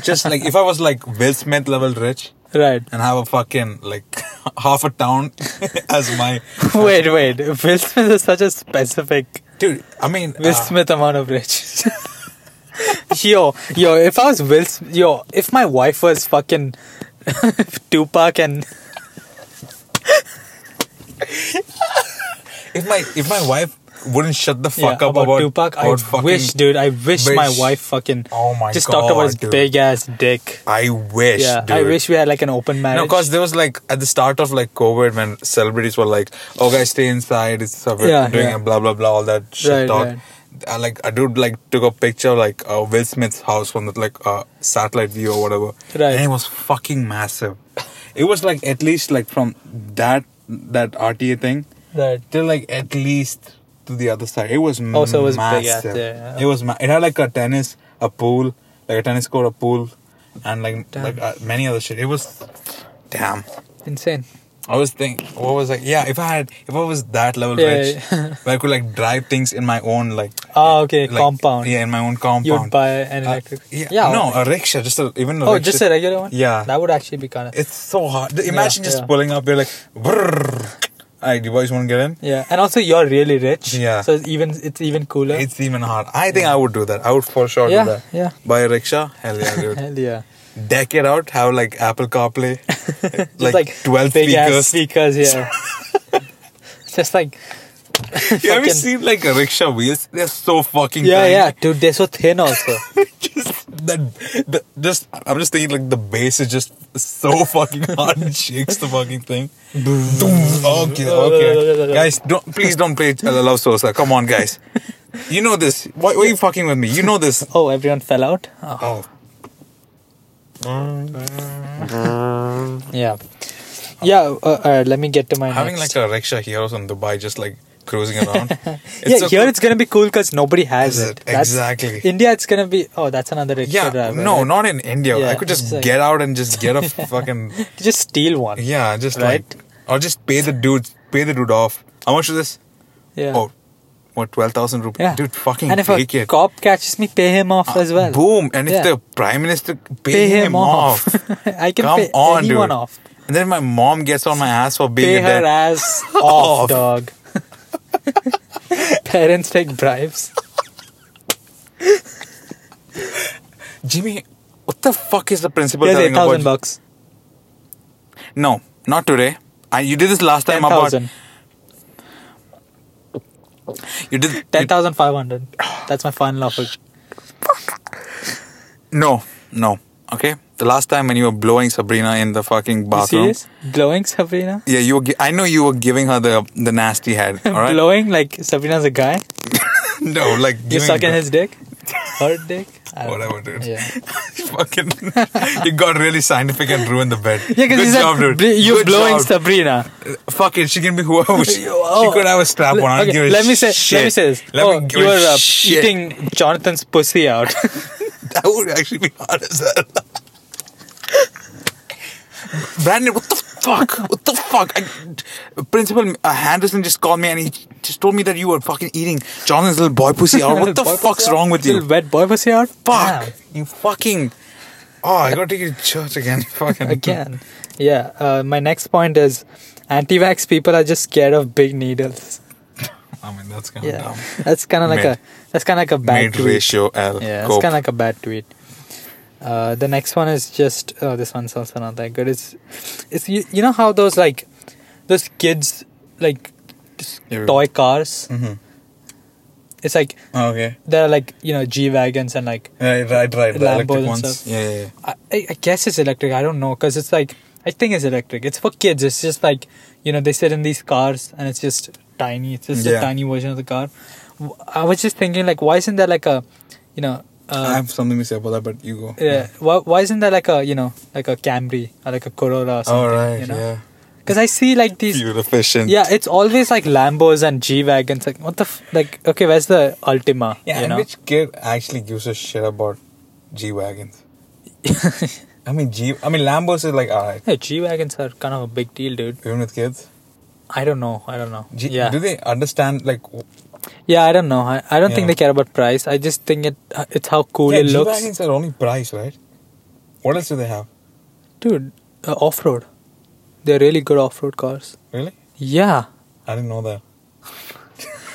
B: Just like if I was like Will Smith level rich,
A: Right.
B: and have a fucking like half a town as my
A: Wait, wait. Will Smith is such a specific
B: dude. I mean,
A: Will
B: uh,
A: Smith amount of riches. yo, yo, if I was Will, Sm- yo, if my wife was fucking Tupac and
B: if my if my wife wouldn't shut the
A: yeah,
B: fuck
A: about,
B: up about
A: Tupac, I
B: about fucking-
A: wish, dude, I wish, my
B: wish.
A: wife fucking
B: Oh my
A: just talked about
B: God,
A: his
B: dude.
A: big ass dick.
B: I wish.
A: yeah,
B: dude.
A: I wish we had like an open marriage.
B: No, because there was like at the start of like COVID when celebrities were like, "Oh, guys, stay inside. It's sub-
A: Yeah,
B: doing
A: yeah.
B: a blah blah blah all that shit
A: Right,
B: talk."
A: right.
B: I, like a dude like took a picture of, like uh, Will Smith's house from the like uh, satellite view or whatever,
A: Right.
B: and it was fucking massive. It was like at least like from that that RTA thing
A: right.
B: till like at least to the other side. It was
A: Oh, so it was big out
B: massive.
A: there, yeah.
B: It was ma- it had like a tennis, a pool, like a tennis court, a pool, and like
A: Damn.
B: like uh, many other shit. It was damn.
A: insane.
B: I was thinking, what was like? Yeah, if I had, if I was that level
A: Yeah,
B: rich,
A: yeah.
B: where I could like drive things in my own like,
A: Oh, okay,
B: like,
A: compound.
B: Yeah, in my own compound.
A: You'd buy an
B: Uh,
A: electric.
B: yeah,
A: yeah.
B: no, a rickshaw, just a, even. A
A: Oh,
B: rickshaw.
A: just a regular one.
B: Yeah.
A: that would actually be kind of.
B: It's so hard. Imagine just
A: yeah.
B: pulling up. You're like, brrr. Alright, you boys want to get in?
A: Yeah, and also you're really rich.
B: Yeah.
A: So it's even it's even cooler.
B: It's even hard. I think I would do that. I would for sure
A: Yeah,
B: do that.
A: yeah.
B: Buy a rickshaw. Hell yeah, dude.
A: Hell yeah.
B: Deck it out. Have like Apple CarPlay. like,
A: Just like
B: twelve
A: big ass
B: speakers.
A: speakers, yeah. just like
B: You ever
A: fucking-
B: seen like a rickshaw wheels? They're so fucking
A: yeah,
B: tiny.
A: yeah, dude. They're so thin also.
B: just that the, just I'm just thinking like the bass is just so fucking hard it shakes the fucking thing. okay, okay, guys, don't please don't play uh, Love Sosa. Come on, guys, you know this. Why, why are you fucking with me? You know this.
A: oh, everyone fell out. Oh,
B: Oh,
A: yeah, yeah. Uh, uh, let me get to my
B: having
A: next.
B: like a rickshaw here also in Dubai, just like cruising around.
A: yeah,
B: so
A: here
B: cool.
A: it's gonna be cool because nobody has it.
B: Is it?
A: That's-
B: Exactly.
A: India, it's gonna be. Oh, that's another rickshaw
B: yeah,
A: driver.
B: no,
A: right?
B: not in India. I
A: Yeah,
B: could just
A: it's like-
B: get out and just get a fucking
A: Just steal one.
B: yeah, just
A: Right?
B: like or just pay the dude, pay the dude off. How much is this?
A: Yeah.
B: Oh, what, 12,000 rupees?
A: yeah.
B: Dude, fucking
A: And if
B: take
A: a
B: it. Ah,
A: cop catches me, pay him off as well.
B: Boom. And if
A: Yeah.
B: the prime minister, pay,
A: pay
B: him, off.
A: I can
B: Come
A: pay
B: on,
A: anyone
B: dude.
A: off.
B: And then my mom gets on my ass for being
A: Pay
B: a
A: her
B: dad.
A: ass off,
B: Off.
A: dog. Parents take bribes.
B: Jimmy, What the fuck is the principal
A: Here's
B: telling
A: eight thousand
B: about?
A: bucks.
B: No, not today. I, you did this last time
A: Ten
B: about.
A: thousand.
B: You did
A: Ten thousand five hundred. That's my final offer.
B: you- No, no. Okay, the last time when you were blowing Sabrina in the fucking
A: You
B: bathroom.
A: serious? Glowing Sabrina?
B: Yeah, you were. Gi- I know you were giving her the the nasty head. All right.
A: Glowing like Sabrina's a guy?
B: no, like
A: You're
B: giving
A: sucking
B: the-
A: his dick? Her dick? I don't know.
B: Whatever, dude.
A: Yeah.
B: Fucking, you got really scientific and ruined the bed.
A: Yeah, because
B: Good
A: he's
B: job,
A: like,
B: dude.
A: "Bl- you're
B: Good
A: blowing
B: job. Uh,
A: Sabrina.
B: Fuck it, she can be whoever she,
A: Oh.
B: she could have a strap on. I don't
A: Okay,
B: give a
A: let me say.
B: shit.
A: Let me say this.
B: Let
A: oh,
B: me give
A: you
B: a
A: were uh,
B: shit.
A: eating Jonathan's pussy out.
B: That would actually be hard as hell. Brandon, what the fuck? What the fuck? I, Principal uh, Henderson just called me and he just told me that you were fucking eaking Jonathan's little boy pussy out. What the
A: Boy
B: fuck's
A: pussy out?
B: wrong with you?
A: Little wet boy pussy out.
B: Fuck!
A: Damn.
B: You fucking. Oh, I gotta take you to church again. Fucking.
A: Again. Yeah. Uh, my next point is, anti-vax people are just scared of big needles.
B: I mean, that's kind of
A: Yeah.
B: dumb.
A: That's kind of like
B: Oh, Mid-
A: a. That's kind of like a bad
B: Mid
A: tweet.
B: ratio L.
A: Yeah, it's
B: Cope.
A: kind of like a bad tweet. Uh, the next one is just oh, this one's also not that good. It's, it's you, you know how those like, those kids like, just
B: Yeah.
A: toy cars.
B: Mm-hmm.
A: It's like
B: Oh, okay.
A: there are like you know G wagons and like
B: Right, right, right.
A: the Lambos electric and ones. stuff.
B: Yeah, yeah, yeah.
A: I, I I guess it's electric. I don't know because it's like I think it's electric. It's for kids. It's just like you know they sit in these cars and it's just tiny. It's just a
B: Yeah.
A: tiny version of the car. W- I was just thinking like why isn't there like a, you know.
B: I
A: Uh,
B: have something to say about that, but you go.
A: yeah. Why, why isn't there like a you know like a Camry or like a Corolla or
B: All
A: something?
B: right.
A: You know?
B: Yeah.
A: Because I see like these.
B: Fuel efficient.
A: Yeah, it's always like Lambos and G wagons. Like what the f- like? Okay, where's the Ultima?
B: Yeah,
A: you
B: and
A: know?
B: which kid actually gives a shit about G wagons? I mean, G. I mean, Lambos is like alright,
A: Hey, G wagons are kind of a big deal, dude.
B: even with kids.
A: I don't know. I don't know.
B: G,
A: yeah.
B: Do they understand like? w-
A: Yeah, I don't know. I, I don't think
B: Yeah.
A: they care about price. I just think it uh, it's how cool
B: yeah,
A: it
B: G
A: looks,
B: wagons are only price, right? What else do they have?
A: dude. Uh, off road, they're really good off road cars.
B: Really?
A: Yeah,
B: I didn't know that.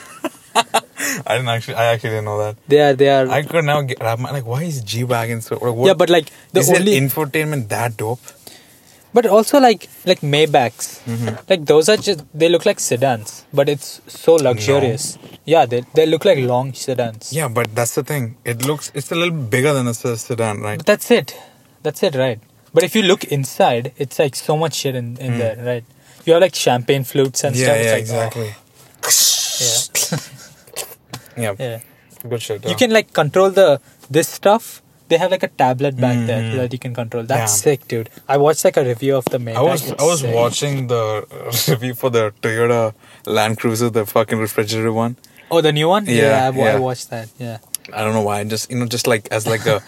B: I didn't actually. I actually didn't know that.
A: they are. They are.
B: I could now get. I'm like, why is G wagon so? Like, what,
A: yeah, but like the
B: is
A: only,
B: their infotainment that dope?
A: but also like like Maybachs, like those are just they look like sedans, but it's so luxurious. Yeah, they they look like long sedans.
B: Yeah, but that's the thing. It looks. It's a little bigger than a se- sedan, right?
A: But that's it. That's it, right? But if you look inside, it's like so much shit in, in there, right? You have like champagne flutes and
B: yeah,
A: stuff.
B: yeah,
A: It's like, uh,
B: exactly. Yeah.
A: oh, yeah. yeah.
B: Good shit.
A: you can like control the this stuff they have like a tablet back there
B: Mhm.
A: that you can control that's
B: Damn.
A: sick dude i watched like a review of the Maybach
B: I was
A: It's
B: I was
A: sick.
B: watching the review for the Toyota Land Cruiser, the fucking refrigerator one.
A: oh the new one
B: Yeah,
A: I, wa- I
B: yeah.
A: watched that yeah
B: I don't know why. Just you know, just like as like a.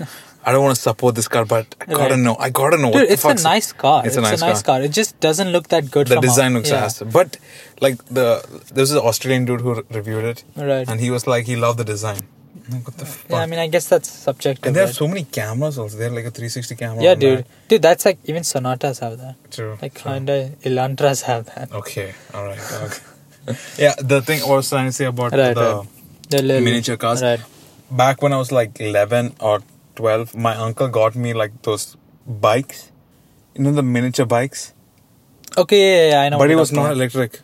B: I don't want to support this car, but I gotta
A: Right.
B: know. I gotta know. what
A: dude
B: the
A: it's a
B: fuck's-
A: nice car
B: It's a nice, car.
A: it just doesn't look that good
B: The
A: from out-
B: design looks
A: yeah.
B: ass, but like the there's this Australian dude who re- reviewed it,
A: Right.
B: And he was like, he loved the design. I'm Like, what the fuck?
A: yeah i mean i guess that's subjective
B: and they have
A: right?
B: so many cameras also. They have like a 360 camera.
A: yeah
B: on
A: dude
B: that.
A: dude that's like even sonatas have that
B: True.
A: like
B: true.
A: Hyundai Elantras have that
B: Okay. All right. Okay. yeah. The thing I was trying to say about
A: right,
B: the
A: right. The little-
B: miniature cars.
A: right
B: back when I was like 11 or 12, my uncle got me like those bikes, you know, the miniature bikes,
A: okay yeah, yeah, i know
B: but
A: what
B: it
A: you're
B: was not
A: talking
B: electric.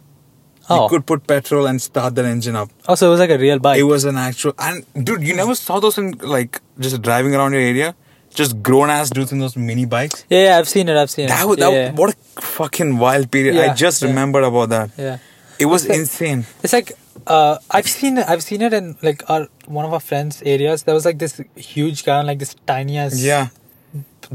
A: Oh.
B: You could put petrol and start that engine up.
A: about. oh so it was like a real bike
B: It was an actual and dude, you never saw those in like just driving around your area, just grown ass dudes in those mini bikes.
A: yeah, yeah i've seen it i've seen
B: That
A: it
B: was that,
A: yeah.
B: was what a fucking wild period.
A: Yeah,
B: I just
A: yeah.
B: remembered about that.
A: yeah
B: It was insane.
A: It's like uh, I've seen I've seen it in like our one of our friends' areas. There was like this huge guy on like this tiny ass
B: Yeah.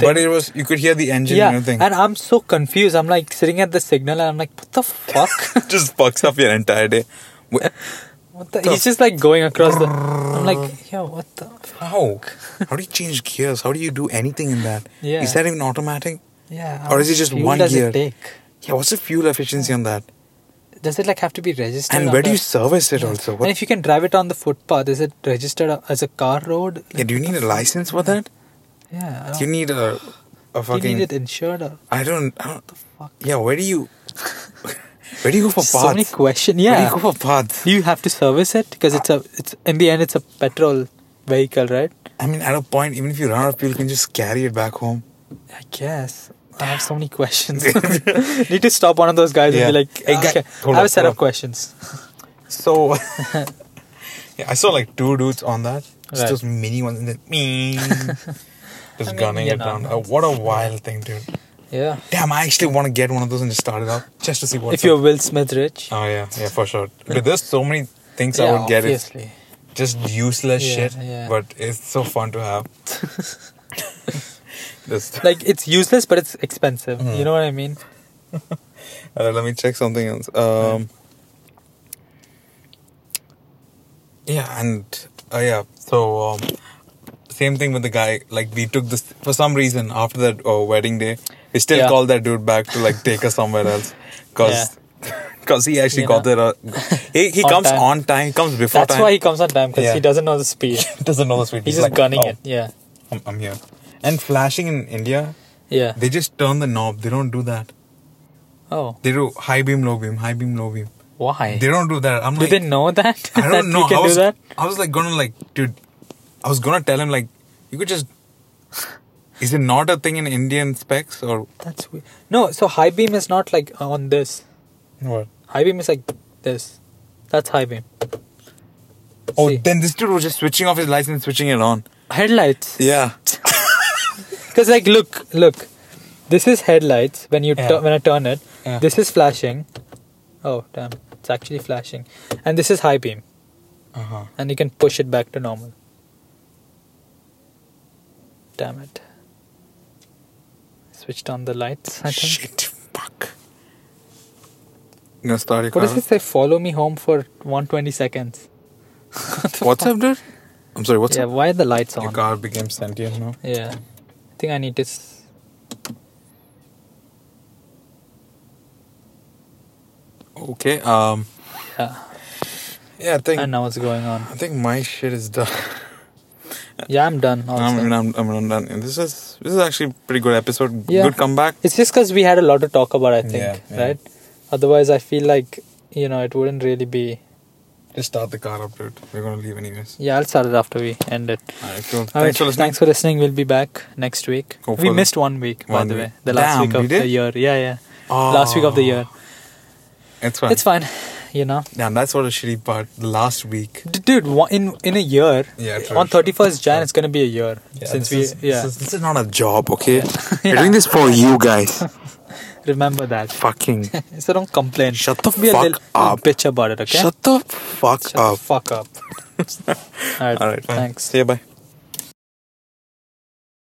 B: But it was you could hear the engine
A: yeah.
B: and everything.
A: And I'm so confused. I'm like sitting at the signal and I'm like, what the fuck?
B: just fucks up your entire day. Wh-
A: what the? He's just like going across the. I'm like, yeah, what the?
B: How? How do you change gears? How do you do anything in that? Is
A: Yeah.
B: that even automatic?
A: Yeah.
B: Or is it just
A: how much
B: one
A: fuel does
B: gear?
A: It take?
B: Yeah, what's the fuel efficiency on that?
A: Does it like have to be registered?
B: And
A: on
B: where do
A: the-
B: you service it also?
A: And
B: What,
A: if you can drive it on the footpath, is it registered as a car road?
B: yeah, do you need a license for that?
A: Yeah. I
B: You
A: don't,
B: need a,
A: do
B: a
A: you
B: fucking.
A: need it insured or
B: I don't. I don't.
A: fuck?
B: Yeah, where do you. Where do you go for
A: So many
B: paths?
A: questions.
B: Where do
A: Yeah.
B: you go for paths?
A: you have to service it because it's a it's in the end it's a petrol vehicle right
B: I mean, at a point, even if you run out of fuel, you can just carry it back home.
A: I guess. I have so many questions. Need to stop one of those guys
B: Yeah.
A: and be like,
B: Hey, guy-
A: okay,
B: hold
A: I have
B: on,
A: a set
B: hold
A: of
B: on."
A: questions.
B: So, yeah, I saw like two dudes on that. It's
A: Right.
B: Just mini ones and then me. Just
A: mean,
B: gunning
A: you
B: it
A: know.
B: down. Uh, what a wild thing, dude.
A: Yeah.
B: Damn, I actually want to get one of those and just start it up just to see what's
A: if you're
B: up.
A: Will Smith rich,
B: Oh, yeah, yeah, for sure. But there's so many things I
A: yeah,
B: would get. It's
A: obviously.
B: just useless
A: Yeah,
B: shit,
A: yeah.
B: but it's so fun to have. Just,
A: Like it's useless, but it's expensive.
B: Mm.
A: You know what I mean?
B: All right, let me check something else. Um, yeah, and uh, yeah, so um, same thing with the guy. Like we took this for some reason after that uh, wedding day. We still
A: Yeah.
B: called that dude back to like take us somewhere else, cause cause he actually
A: You
B: got
A: know.
B: there. Uh, he he
A: On
B: comes
A: time.
B: on time. He comes before
A: That's
B: time.
A: why he comes on time because
B: Yeah.
A: he doesn't know the speed.
B: he doesn't know the speed.
A: He's just
B: like,
A: gunning
B: "Oh,
A: it. Yeah.
B: I'm, I'm here. And flashing in India,
A: Yeah.
B: they just turn the knob. They don't do that.
A: oh,
B: They do high beam, low beam, high beam, low beam.
A: why?
B: They don't do that. I'm
A: Do
B: like,
A: they know that?
B: I
A: that
B: don't know.
A: You can
B: I was,
A: do that.
B: I was like gonna like, dude. I was gonna tell him like, you could just. Is it not a thing in Indian specs or
A: That's weird. No, so high beam is not like on this.
B: what?
A: High beam is like this. That's high beam.
B: Oh,
A: See.
B: then this dude was just switching off his lights and switching it on.
A: Headlights.
B: Yeah.
A: Because like, look, look, this is headlights. When you
B: Yeah.
A: tu- when I turn it,
B: Yeah.
A: this is flashing. Oh damn, it's actually flashing, and this is high beam,
B: Uh huh.
A: and you can push it back to normal. Damn it! Switched on the lights. I think.
B: Shit. Fuck. You gonna start your
A: What does
B: car?
A: it say? Follow me home for 120 seconds.
B: What's up, dude? I'm sorry. What's
A: yeah,
B: up?
A: why are the lights on?
B: Your car became sentient now.
A: Yeah. I think I need to. S-
B: Okay. Um.
A: yeah.
B: Yeah, I think
A: And now what's going on?
B: I think my shit is done.
A: Yeah, I'm done. Also.
B: I'm, I'm, I'm, I'm done. And This is this is actually a pretty good episode.
A: Yeah.
B: Good comeback.
A: It's just because we had a lot to talk about, I think,
B: Yeah, yeah.
A: right? Otherwise, I feel like, you know, it wouldn't really be.
B: Just start the car up, dude. We're gonna leave anyways.
A: Yeah, I'll start it after we end it.
B: Alright, cool.
A: All
B: Thanks
A: right,
B: for listening.
A: thanks for listening. We'll be back next week.
B: Hopefully.
A: We missed one week, by
B: One
A: the
B: week.
A: way. The last
B: Damn,
A: week of
B: we did?
A: the year. Yeah, yeah. Last week of the year.
B: It's fine.
A: It's fine, you know.
B: Damn, that's what a shitty part. Last week.
A: D- dude, wa- in in a year,
B: Yeah, true,
A: on
B: true.
A: 31st Jan, it's going to be a year since
B: this
A: we.
B: is,
A: yeah,
B: This is, this is not a job, okay? We're doing this for you guys.
A: remember that.
B: Fucking.
A: So don't complain.
B: Shut the
A: Be a
B: fuck
A: little
B: up.
A: bitch about it, okay?
B: Shut the fuck
A: Shut
B: up.
A: the fuck up. All right.
B: Alright, fine.
A: Thanks.
B: See ya, bye.